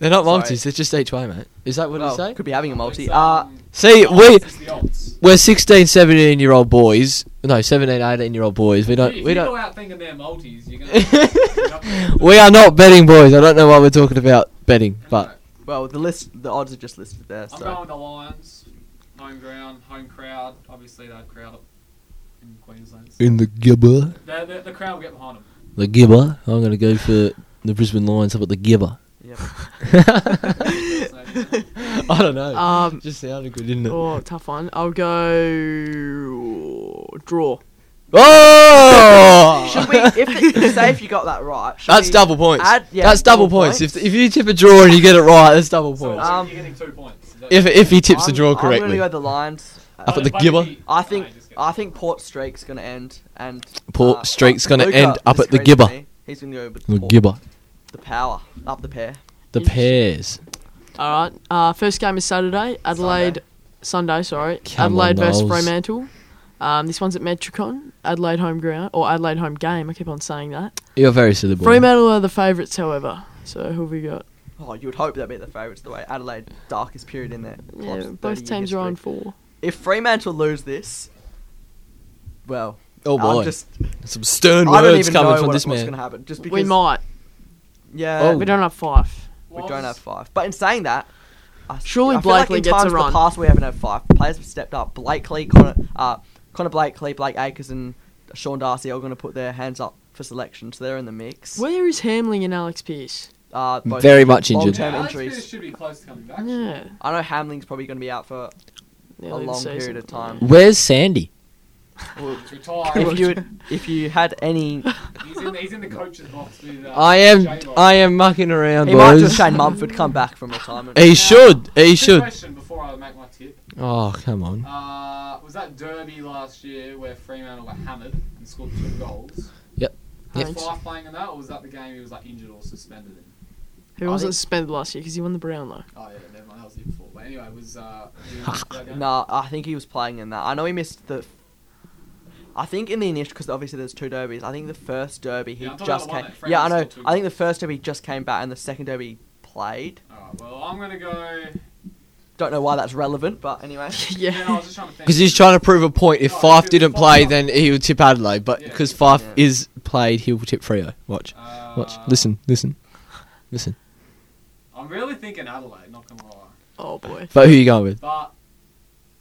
[SPEAKER 5] They're not
[SPEAKER 1] Sorry.
[SPEAKER 5] multis. They're just each way, mate. Is that what
[SPEAKER 1] Well,
[SPEAKER 5] you say?
[SPEAKER 1] Could be having a multi.
[SPEAKER 6] It's,
[SPEAKER 1] Uh,
[SPEAKER 6] um,
[SPEAKER 5] See,
[SPEAKER 6] the
[SPEAKER 5] we
[SPEAKER 6] odds, it's the odds.
[SPEAKER 5] we're 16, 17 year old boys. No, 17, 18 year old boys. We
[SPEAKER 6] If
[SPEAKER 5] don't.
[SPEAKER 6] you
[SPEAKER 5] We
[SPEAKER 6] go [laughs]
[SPEAKER 5] don't. [laughs]
[SPEAKER 6] out thinking they're multis, you're gonna. you're not gonna-
[SPEAKER 5] We
[SPEAKER 6] [laughs]
[SPEAKER 5] are not betting boys. I don't know why we're talking about betting, but
[SPEAKER 1] well, the list, the odds are just listed there.
[SPEAKER 6] I'm
[SPEAKER 1] So
[SPEAKER 6] going to Lions, home ground, home crowd. Obviously, that crowd up in Queensland.
[SPEAKER 5] in the gibber,
[SPEAKER 6] The, the, the crowd will get behind them.
[SPEAKER 5] the gibber. I'm going
[SPEAKER 1] [laughs]
[SPEAKER 5] to [laughs] go for the Brisbane Lions. How about the gibber?
[SPEAKER 1] Yep.
[SPEAKER 6] That's no different.
[SPEAKER 5] I don't know.
[SPEAKER 4] Um,
[SPEAKER 5] Just sounded good, [laughs] didn't it?
[SPEAKER 4] Oh, tough one. I'll go draw.
[SPEAKER 5] Oh!
[SPEAKER 1] Should we,
[SPEAKER 5] [laughs]
[SPEAKER 1] if the, say if you got that right, should
[SPEAKER 5] that's
[SPEAKER 1] we
[SPEAKER 5] double points.
[SPEAKER 1] add- yeah,
[SPEAKER 5] that's double,
[SPEAKER 1] double
[SPEAKER 5] points.
[SPEAKER 1] points.
[SPEAKER 5] If, if you tip a draw and you get it right, that's double
[SPEAKER 6] So
[SPEAKER 5] points.
[SPEAKER 1] Um,
[SPEAKER 6] you're getting two points.
[SPEAKER 5] if if he tips
[SPEAKER 1] I'm-
[SPEAKER 5] the draw
[SPEAKER 1] I'm gonna
[SPEAKER 5] correctly,
[SPEAKER 1] go the Lions. Uh,
[SPEAKER 5] up at the gibber,
[SPEAKER 1] I think I think Port Streak's gonna end and
[SPEAKER 5] Port
[SPEAKER 1] uh,
[SPEAKER 5] Streak's gonna
[SPEAKER 1] Luca
[SPEAKER 5] end up at the
[SPEAKER 1] disagrees with
[SPEAKER 5] gibber.
[SPEAKER 1] me. He's gonna go with
[SPEAKER 5] The
[SPEAKER 1] Port.
[SPEAKER 5] gibber,
[SPEAKER 1] the power up the pair.
[SPEAKER 5] the pairs.
[SPEAKER 4] All right. Uh, first game is Saturday. Adelaide Sunday. sorry.
[SPEAKER 5] Come on,
[SPEAKER 4] Adelaide versus
[SPEAKER 5] Knowles.
[SPEAKER 4] Fremantle. Um, this one's at Metricon. Adelaide home ground or Adelaide home game. I keep on saying that.
[SPEAKER 5] You're very silly boy.
[SPEAKER 4] Fremantle are the favourites, however. So who have we got?
[SPEAKER 1] Oh, you would hope that'd be the favourites the way Adelaide darkest period in there.
[SPEAKER 4] Yeah, both teams are on four.
[SPEAKER 1] If Fremantle lose this, well,
[SPEAKER 5] Oh boy,
[SPEAKER 1] I'm just
[SPEAKER 5] some stern
[SPEAKER 1] I don't
[SPEAKER 5] words
[SPEAKER 1] even know
[SPEAKER 5] coming
[SPEAKER 1] what,
[SPEAKER 5] from
[SPEAKER 1] what's
[SPEAKER 5] this
[SPEAKER 1] going to
[SPEAKER 5] man.
[SPEAKER 1] happen. Just because
[SPEAKER 4] We might.
[SPEAKER 1] Yeah,
[SPEAKER 5] Oh.
[SPEAKER 4] We don't have five.
[SPEAKER 1] we don't have five. But in saying that, I, s-
[SPEAKER 4] Surely
[SPEAKER 1] I feel like
[SPEAKER 4] Blakely
[SPEAKER 1] in
[SPEAKER 4] gets a
[SPEAKER 1] times
[SPEAKER 4] run.
[SPEAKER 1] The past we haven't had five players have stepped up. Blakely, Connor, uh, Connor Blakely, Blake Akers, and Sean Darcy are going to put their hands up for selection, so they're in the mix.
[SPEAKER 4] Where is Hamling and Alex Pearce?
[SPEAKER 1] Uh, both
[SPEAKER 5] Very much injured.
[SPEAKER 1] Long-term
[SPEAKER 6] Alex
[SPEAKER 1] injuries.
[SPEAKER 6] Pearce should be close to coming back.
[SPEAKER 4] Yeah.
[SPEAKER 1] I know Hamling's probably going to be out for.
[SPEAKER 4] nearly the
[SPEAKER 1] long
[SPEAKER 4] season.
[SPEAKER 1] period of time.
[SPEAKER 5] Where's Sandy?
[SPEAKER 6] He's retired.
[SPEAKER 1] If you if you had
[SPEAKER 5] [laughs]
[SPEAKER 1] any,
[SPEAKER 4] [laughs]
[SPEAKER 6] he's, in, he's in the coach's box with. Uh,
[SPEAKER 5] I am
[SPEAKER 6] J-Lo.
[SPEAKER 5] I am mucking around,
[SPEAKER 1] he
[SPEAKER 5] boys.
[SPEAKER 1] might just Shane Mumford come back from retirement.
[SPEAKER 5] He should. He
[SPEAKER 6] Good
[SPEAKER 5] should.
[SPEAKER 6] Question before I make my tip.
[SPEAKER 5] Oh come on.
[SPEAKER 6] Uh, was that derby last year where Fremantle were hammered and scored two goals?
[SPEAKER 5] Yep.
[SPEAKER 6] Was
[SPEAKER 4] Yep.
[SPEAKER 6] Fife playing in that, or was that the game he was like injured or suspended in?
[SPEAKER 4] Who
[SPEAKER 1] I
[SPEAKER 4] wasn't
[SPEAKER 1] think-
[SPEAKER 4] suspended last year because he won the Brownlow.
[SPEAKER 6] Oh yeah, never mind. That was the year before. But anyway, was uh. you know, that game?
[SPEAKER 1] No, I think he was playing in that. I know he missed the. I think in the initial, because obviously there's two derbies. I think the first derby he
[SPEAKER 6] Yeah, I thought
[SPEAKER 1] just
[SPEAKER 6] that one
[SPEAKER 1] came.
[SPEAKER 6] that Fremantle
[SPEAKER 1] Yeah, I know.
[SPEAKER 6] scored two
[SPEAKER 1] I think the first derby he just came back, and the second derby he played.
[SPEAKER 6] Alright, well I'm gonna go.
[SPEAKER 1] Don't know why that's relevant, but
[SPEAKER 5] [laughs]
[SPEAKER 1] anyway.
[SPEAKER 6] Yeah, I
[SPEAKER 4] [laughs] yeah.
[SPEAKER 6] was just trying to think.
[SPEAKER 5] Because he's trying to prove a point. If
[SPEAKER 6] No,
[SPEAKER 5] Fife
[SPEAKER 6] if
[SPEAKER 5] didn't
[SPEAKER 6] Fife-
[SPEAKER 5] play, then he would tip Adelaide. But
[SPEAKER 6] Yeah.
[SPEAKER 5] because Fife
[SPEAKER 1] Yeah.
[SPEAKER 5] is played, he will tip Frio. Watch,
[SPEAKER 6] Uh,
[SPEAKER 5] watch, listen, listen, listen.
[SPEAKER 6] I'm really thinking Adelaide. Not gonna lie,
[SPEAKER 4] Oh boy.
[SPEAKER 5] But who are you going with?
[SPEAKER 6] but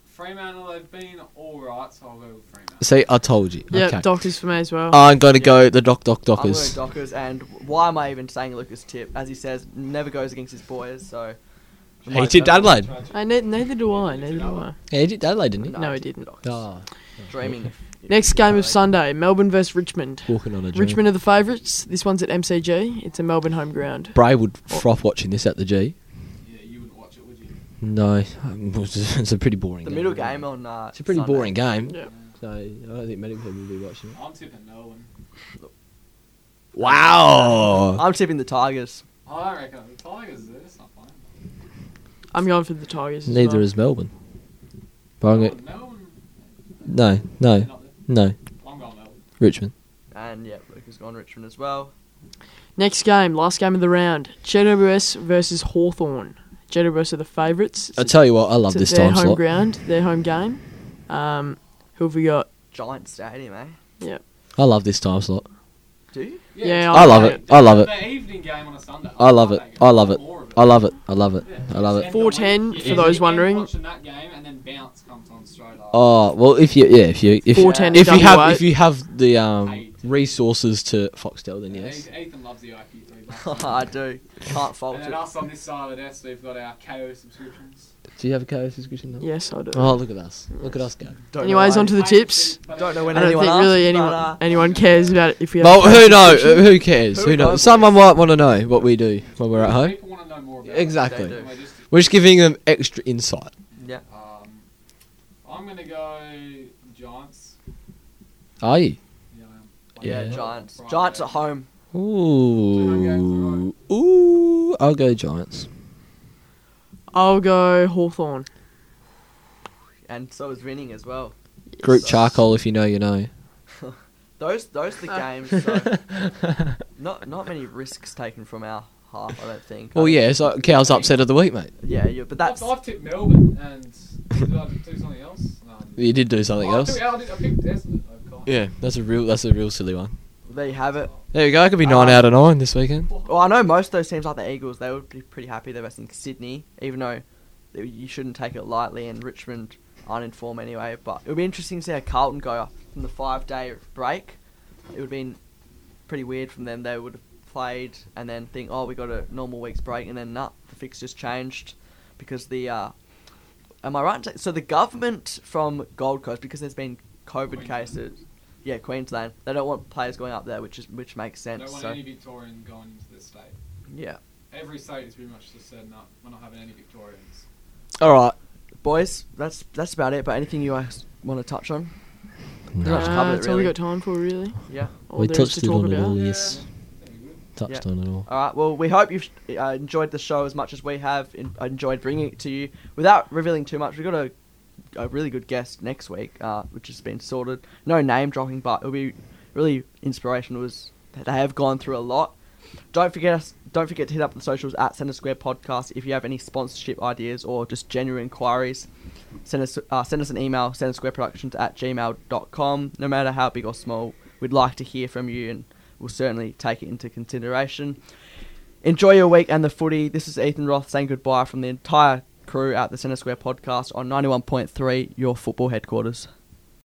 [SPEAKER 6] Fremantle they've been alright, so I'll go with Fremantle.
[SPEAKER 5] See, I told you.
[SPEAKER 4] Yeah,
[SPEAKER 5] okay. Uh,
[SPEAKER 4] Doctors for me as well.
[SPEAKER 5] I'm going to go the Doc Doc
[SPEAKER 1] I'm going
[SPEAKER 5] Dockers.
[SPEAKER 1] Dockers, and why am I even saying Lucas tip? As he says, never goes against his boys. So
[SPEAKER 5] He tipped Adelaide.
[SPEAKER 4] I Uh, ne- neither do I. Neither do I.
[SPEAKER 5] Yeah, he did Adelaide, didn't he?
[SPEAKER 4] No, he didn't.
[SPEAKER 5] Oh,
[SPEAKER 1] Dreaming.
[SPEAKER 5] Uh,
[SPEAKER 4] Next game of Sunday, Melbourne versus Richmond.
[SPEAKER 5] walking on a dream.
[SPEAKER 4] Richmond are the favourites. This one's at MCG. It's a Melbourne home ground.
[SPEAKER 5] Bray would froth watching this at the G.
[SPEAKER 6] Yeah, you wouldn't watch it, would you?
[SPEAKER 5] No, [laughs] um, it's a pretty boring.
[SPEAKER 1] The
[SPEAKER 5] game,
[SPEAKER 1] middle
[SPEAKER 5] isn't it?
[SPEAKER 1] game on. Uh,
[SPEAKER 5] It's a pretty
[SPEAKER 1] Sunday.
[SPEAKER 5] boring game.
[SPEAKER 4] Yeah.
[SPEAKER 5] So I don't think many people will be watching it.
[SPEAKER 6] I'm tipping Melbourne.
[SPEAKER 5] Wow.
[SPEAKER 1] I'm tipping the Tigers.
[SPEAKER 6] I reckon the Tigers. They're just not playing.
[SPEAKER 4] I'm going for the Tigers. as
[SPEAKER 5] Neither
[SPEAKER 4] well.
[SPEAKER 5] is Melbourne. But I'm go-
[SPEAKER 6] Melbourne, Melbourne,
[SPEAKER 5] no,
[SPEAKER 6] they're
[SPEAKER 5] no,
[SPEAKER 6] not there.
[SPEAKER 5] no.
[SPEAKER 6] I'm going Melbourne.
[SPEAKER 5] Richmond.
[SPEAKER 1] And yeah, Lucas gone Richmond as well.
[SPEAKER 4] Next game, last game of the round, GWS versus Hawthorn. GWS are the favourites.
[SPEAKER 5] I tell you what, I love
[SPEAKER 4] It's
[SPEAKER 5] this
[SPEAKER 4] their
[SPEAKER 5] time
[SPEAKER 4] home
[SPEAKER 5] slot.
[SPEAKER 4] ground, their home game. Um, who have we got?
[SPEAKER 1] Giant stadium, eh?
[SPEAKER 5] I love this time slot.
[SPEAKER 1] Do you? [laughs]
[SPEAKER 4] Yeah,
[SPEAKER 5] I love it. I love it.
[SPEAKER 6] The evening game on a Sunday.
[SPEAKER 5] I love it. I love it.
[SPEAKER 6] More of
[SPEAKER 5] I love it. I love it.
[SPEAKER 6] Yeah.
[SPEAKER 5] I love it.
[SPEAKER 6] End the week-
[SPEAKER 4] 4:10
[SPEAKER 6] you
[SPEAKER 4] for
[SPEAKER 6] end
[SPEAKER 4] those
[SPEAKER 6] the weekend
[SPEAKER 4] wondering.
[SPEAKER 6] Watching that game and then bounce comes on straight after.
[SPEAKER 5] Oh well, if you yeah, if you if you,
[SPEAKER 4] 410
[SPEAKER 5] if you
[SPEAKER 4] WA.
[SPEAKER 5] have if you have the um, resources to Foxtel, then yes.
[SPEAKER 6] Eth- E- Ethan loves
[SPEAKER 5] [laughs]
[SPEAKER 6] the IP3. loves it.
[SPEAKER 1] I do. Can't fault
[SPEAKER 6] and then
[SPEAKER 1] it.
[SPEAKER 6] us on this side of the desk, we've got our KO subscriptions.
[SPEAKER 5] Do you have a KO subscription? Though?
[SPEAKER 4] Yes, I do.
[SPEAKER 5] Oh look at us! Look at us go.
[SPEAKER 1] Don't
[SPEAKER 4] Anyways,
[SPEAKER 1] know
[SPEAKER 4] on to
[SPEAKER 1] why-
[SPEAKER 4] the tips.
[SPEAKER 1] Don't know when
[SPEAKER 4] I don't
[SPEAKER 1] anyone
[SPEAKER 4] think
[SPEAKER 1] asked,
[SPEAKER 4] really
[SPEAKER 1] but,
[SPEAKER 4] anyone
[SPEAKER 1] uh,
[SPEAKER 4] anyone cares about it if you have.
[SPEAKER 5] Well,
[SPEAKER 4] a
[SPEAKER 5] who knows?
[SPEAKER 4] subscription.
[SPEAKER 5] Who cares?
[SPEAKER 1] Who
[SPEAKER 5] Who
[SPEAKER 1] knows?
[SPEAKER 5] knows? Someone might want to know what we do when we're at home.
[SPEAKER 6] People want to know more about
[SPEAKER 5] Exactly.
[SPEAKER 6] it.
[SPEAKER 1] They do.
[SPEAKER 6] Anyway, just,
[SPEAKER 5] We're just giving them extra insight.
[SPEAKER 1] Yeah.
[SPEAKER 6] um, I'm going to go Giants.
[SPEAKER 5] Are you?
[SPEAKER 6] Yeah, I am.
[SPEAKER 1] uh, Yeah,
[SPEAKER 5] Yeah.
[SPEAKER 1] Giants. Giants at home.
[SPEAKER 5] Ooh, ooh! I'll go Giants.
[SPEAKER 4] I'll go Hawthorn.
[SPEAKER 1] And so is Rinning as well. [laughs]
[SPEAKER 5] Group charcoal, if you know, you know.
[SPEAKER 1] Those those
[SPEAKER 4] [laughs]
[SPEAKER 1] the games so [laughs] not not many risks taken from our half, I don't think.
[SPEAKER 5] [laughs] Well,
[SPEAKER 1] I-
[SPEAKER 5] yeah, it's like cow's upset of the week, mate.
[SPEAKER 1] Yeah, yeah, but that's
[SPEAKER 6] I've, I've tipped Melbourne and did I do something else? No, I didn't.
[SPEAKER 5] You did do something
[SPEAKER 6] Oh, I
[SPEAKER 5] else.
[SPEAKER 6] took- I, did, I picked Essendon. I've gone.
[SPEAKER 5] Yeah, that's a real, that's a real silly one.
[SPEAKER 1] there you have it.
[SPEAKER 5] There you go. It could be nine
[SPEAKER 1] Uh,
[SPEAKER 5] out of nine this weekend.
[SPEAKER 1] Well, I know most of those teams like the Eagles, they would be pretty happy they're resting Sydney, even though they- you shouldn't take it lightly and Richmond aren't in form anyway. But it would be interesting to see how Carlton go from the five day break. It would have been pretty weird from them. They would have played and then think, oh, we got a normal week's break, and then nah, the fixtures changed because the uh, am I right? in saying- So the government from Gold Coast because there's been COVID cases. Yeah, Queensland. They don't want players going up there, which is which makes
[SPEAKER 6] They don't
[SPEAKER 1] sense.
[SPEAKER 6] want
[SPEAKER 1] So
[SPEAKER 6] any Victorian going into this state.
[SPEAKER 1] yeah.
[SPEAKER 6] Every state is pretty much just said, no, we're not having any Victorians.
[SPEAKER 1] All right, boys. That's that's about it. But anything you guys want to touch on?
[SPEAKER 5] No.
[SPEAKER 1] Pretty much
[SPEAKER 4] Nah,
[SPEAKER 1] covered it,
[SPEAKER 4] Uh, that's all we
[SPEAKER 1] really.
[SPEAKER 4] got time for, really.
[SPEAKER 1] Yeah.
[SPEAKER 4] All
[SPEAKER 5] We
[SPEAKER 4] there is
[SPEAKER 5] touched
[SPEAKER 4] to
[SPEAKER 5] it
[SPEAKER 4] talk
[SPEAKER 5] on it all,
[SPEAKER 4] about.
[SPEAKER 5] yes.
[SPEAKER 6] I think we're good.
[SPEAKER 5] Touched on it all.
[SPEAKER 1] All right. Well, we hope you've uh, enjoyed the show as much as we have in- uh, enjoyed bringing it to you. Without revealing too much, we've got a, a really good guest next week, uh, which has been sorted. No name dropping, but it'll be really inspirational. As they have gone through a lot. Don't forget us. Don't forget to hit up the socials at Centre Square Podcast if you have any sponsorship ideas or just genuine inquiries. Send us uh, send us an email, centersquareproductions at gmail.com. No matter how big or small, we'd like to hear from you and we'll certainly take it into consideration. Enjoy your week and the footy. This is Ethan Roth saying goodbye from the entire crew at the Centre Square podcast on 91.3, your football headquarters.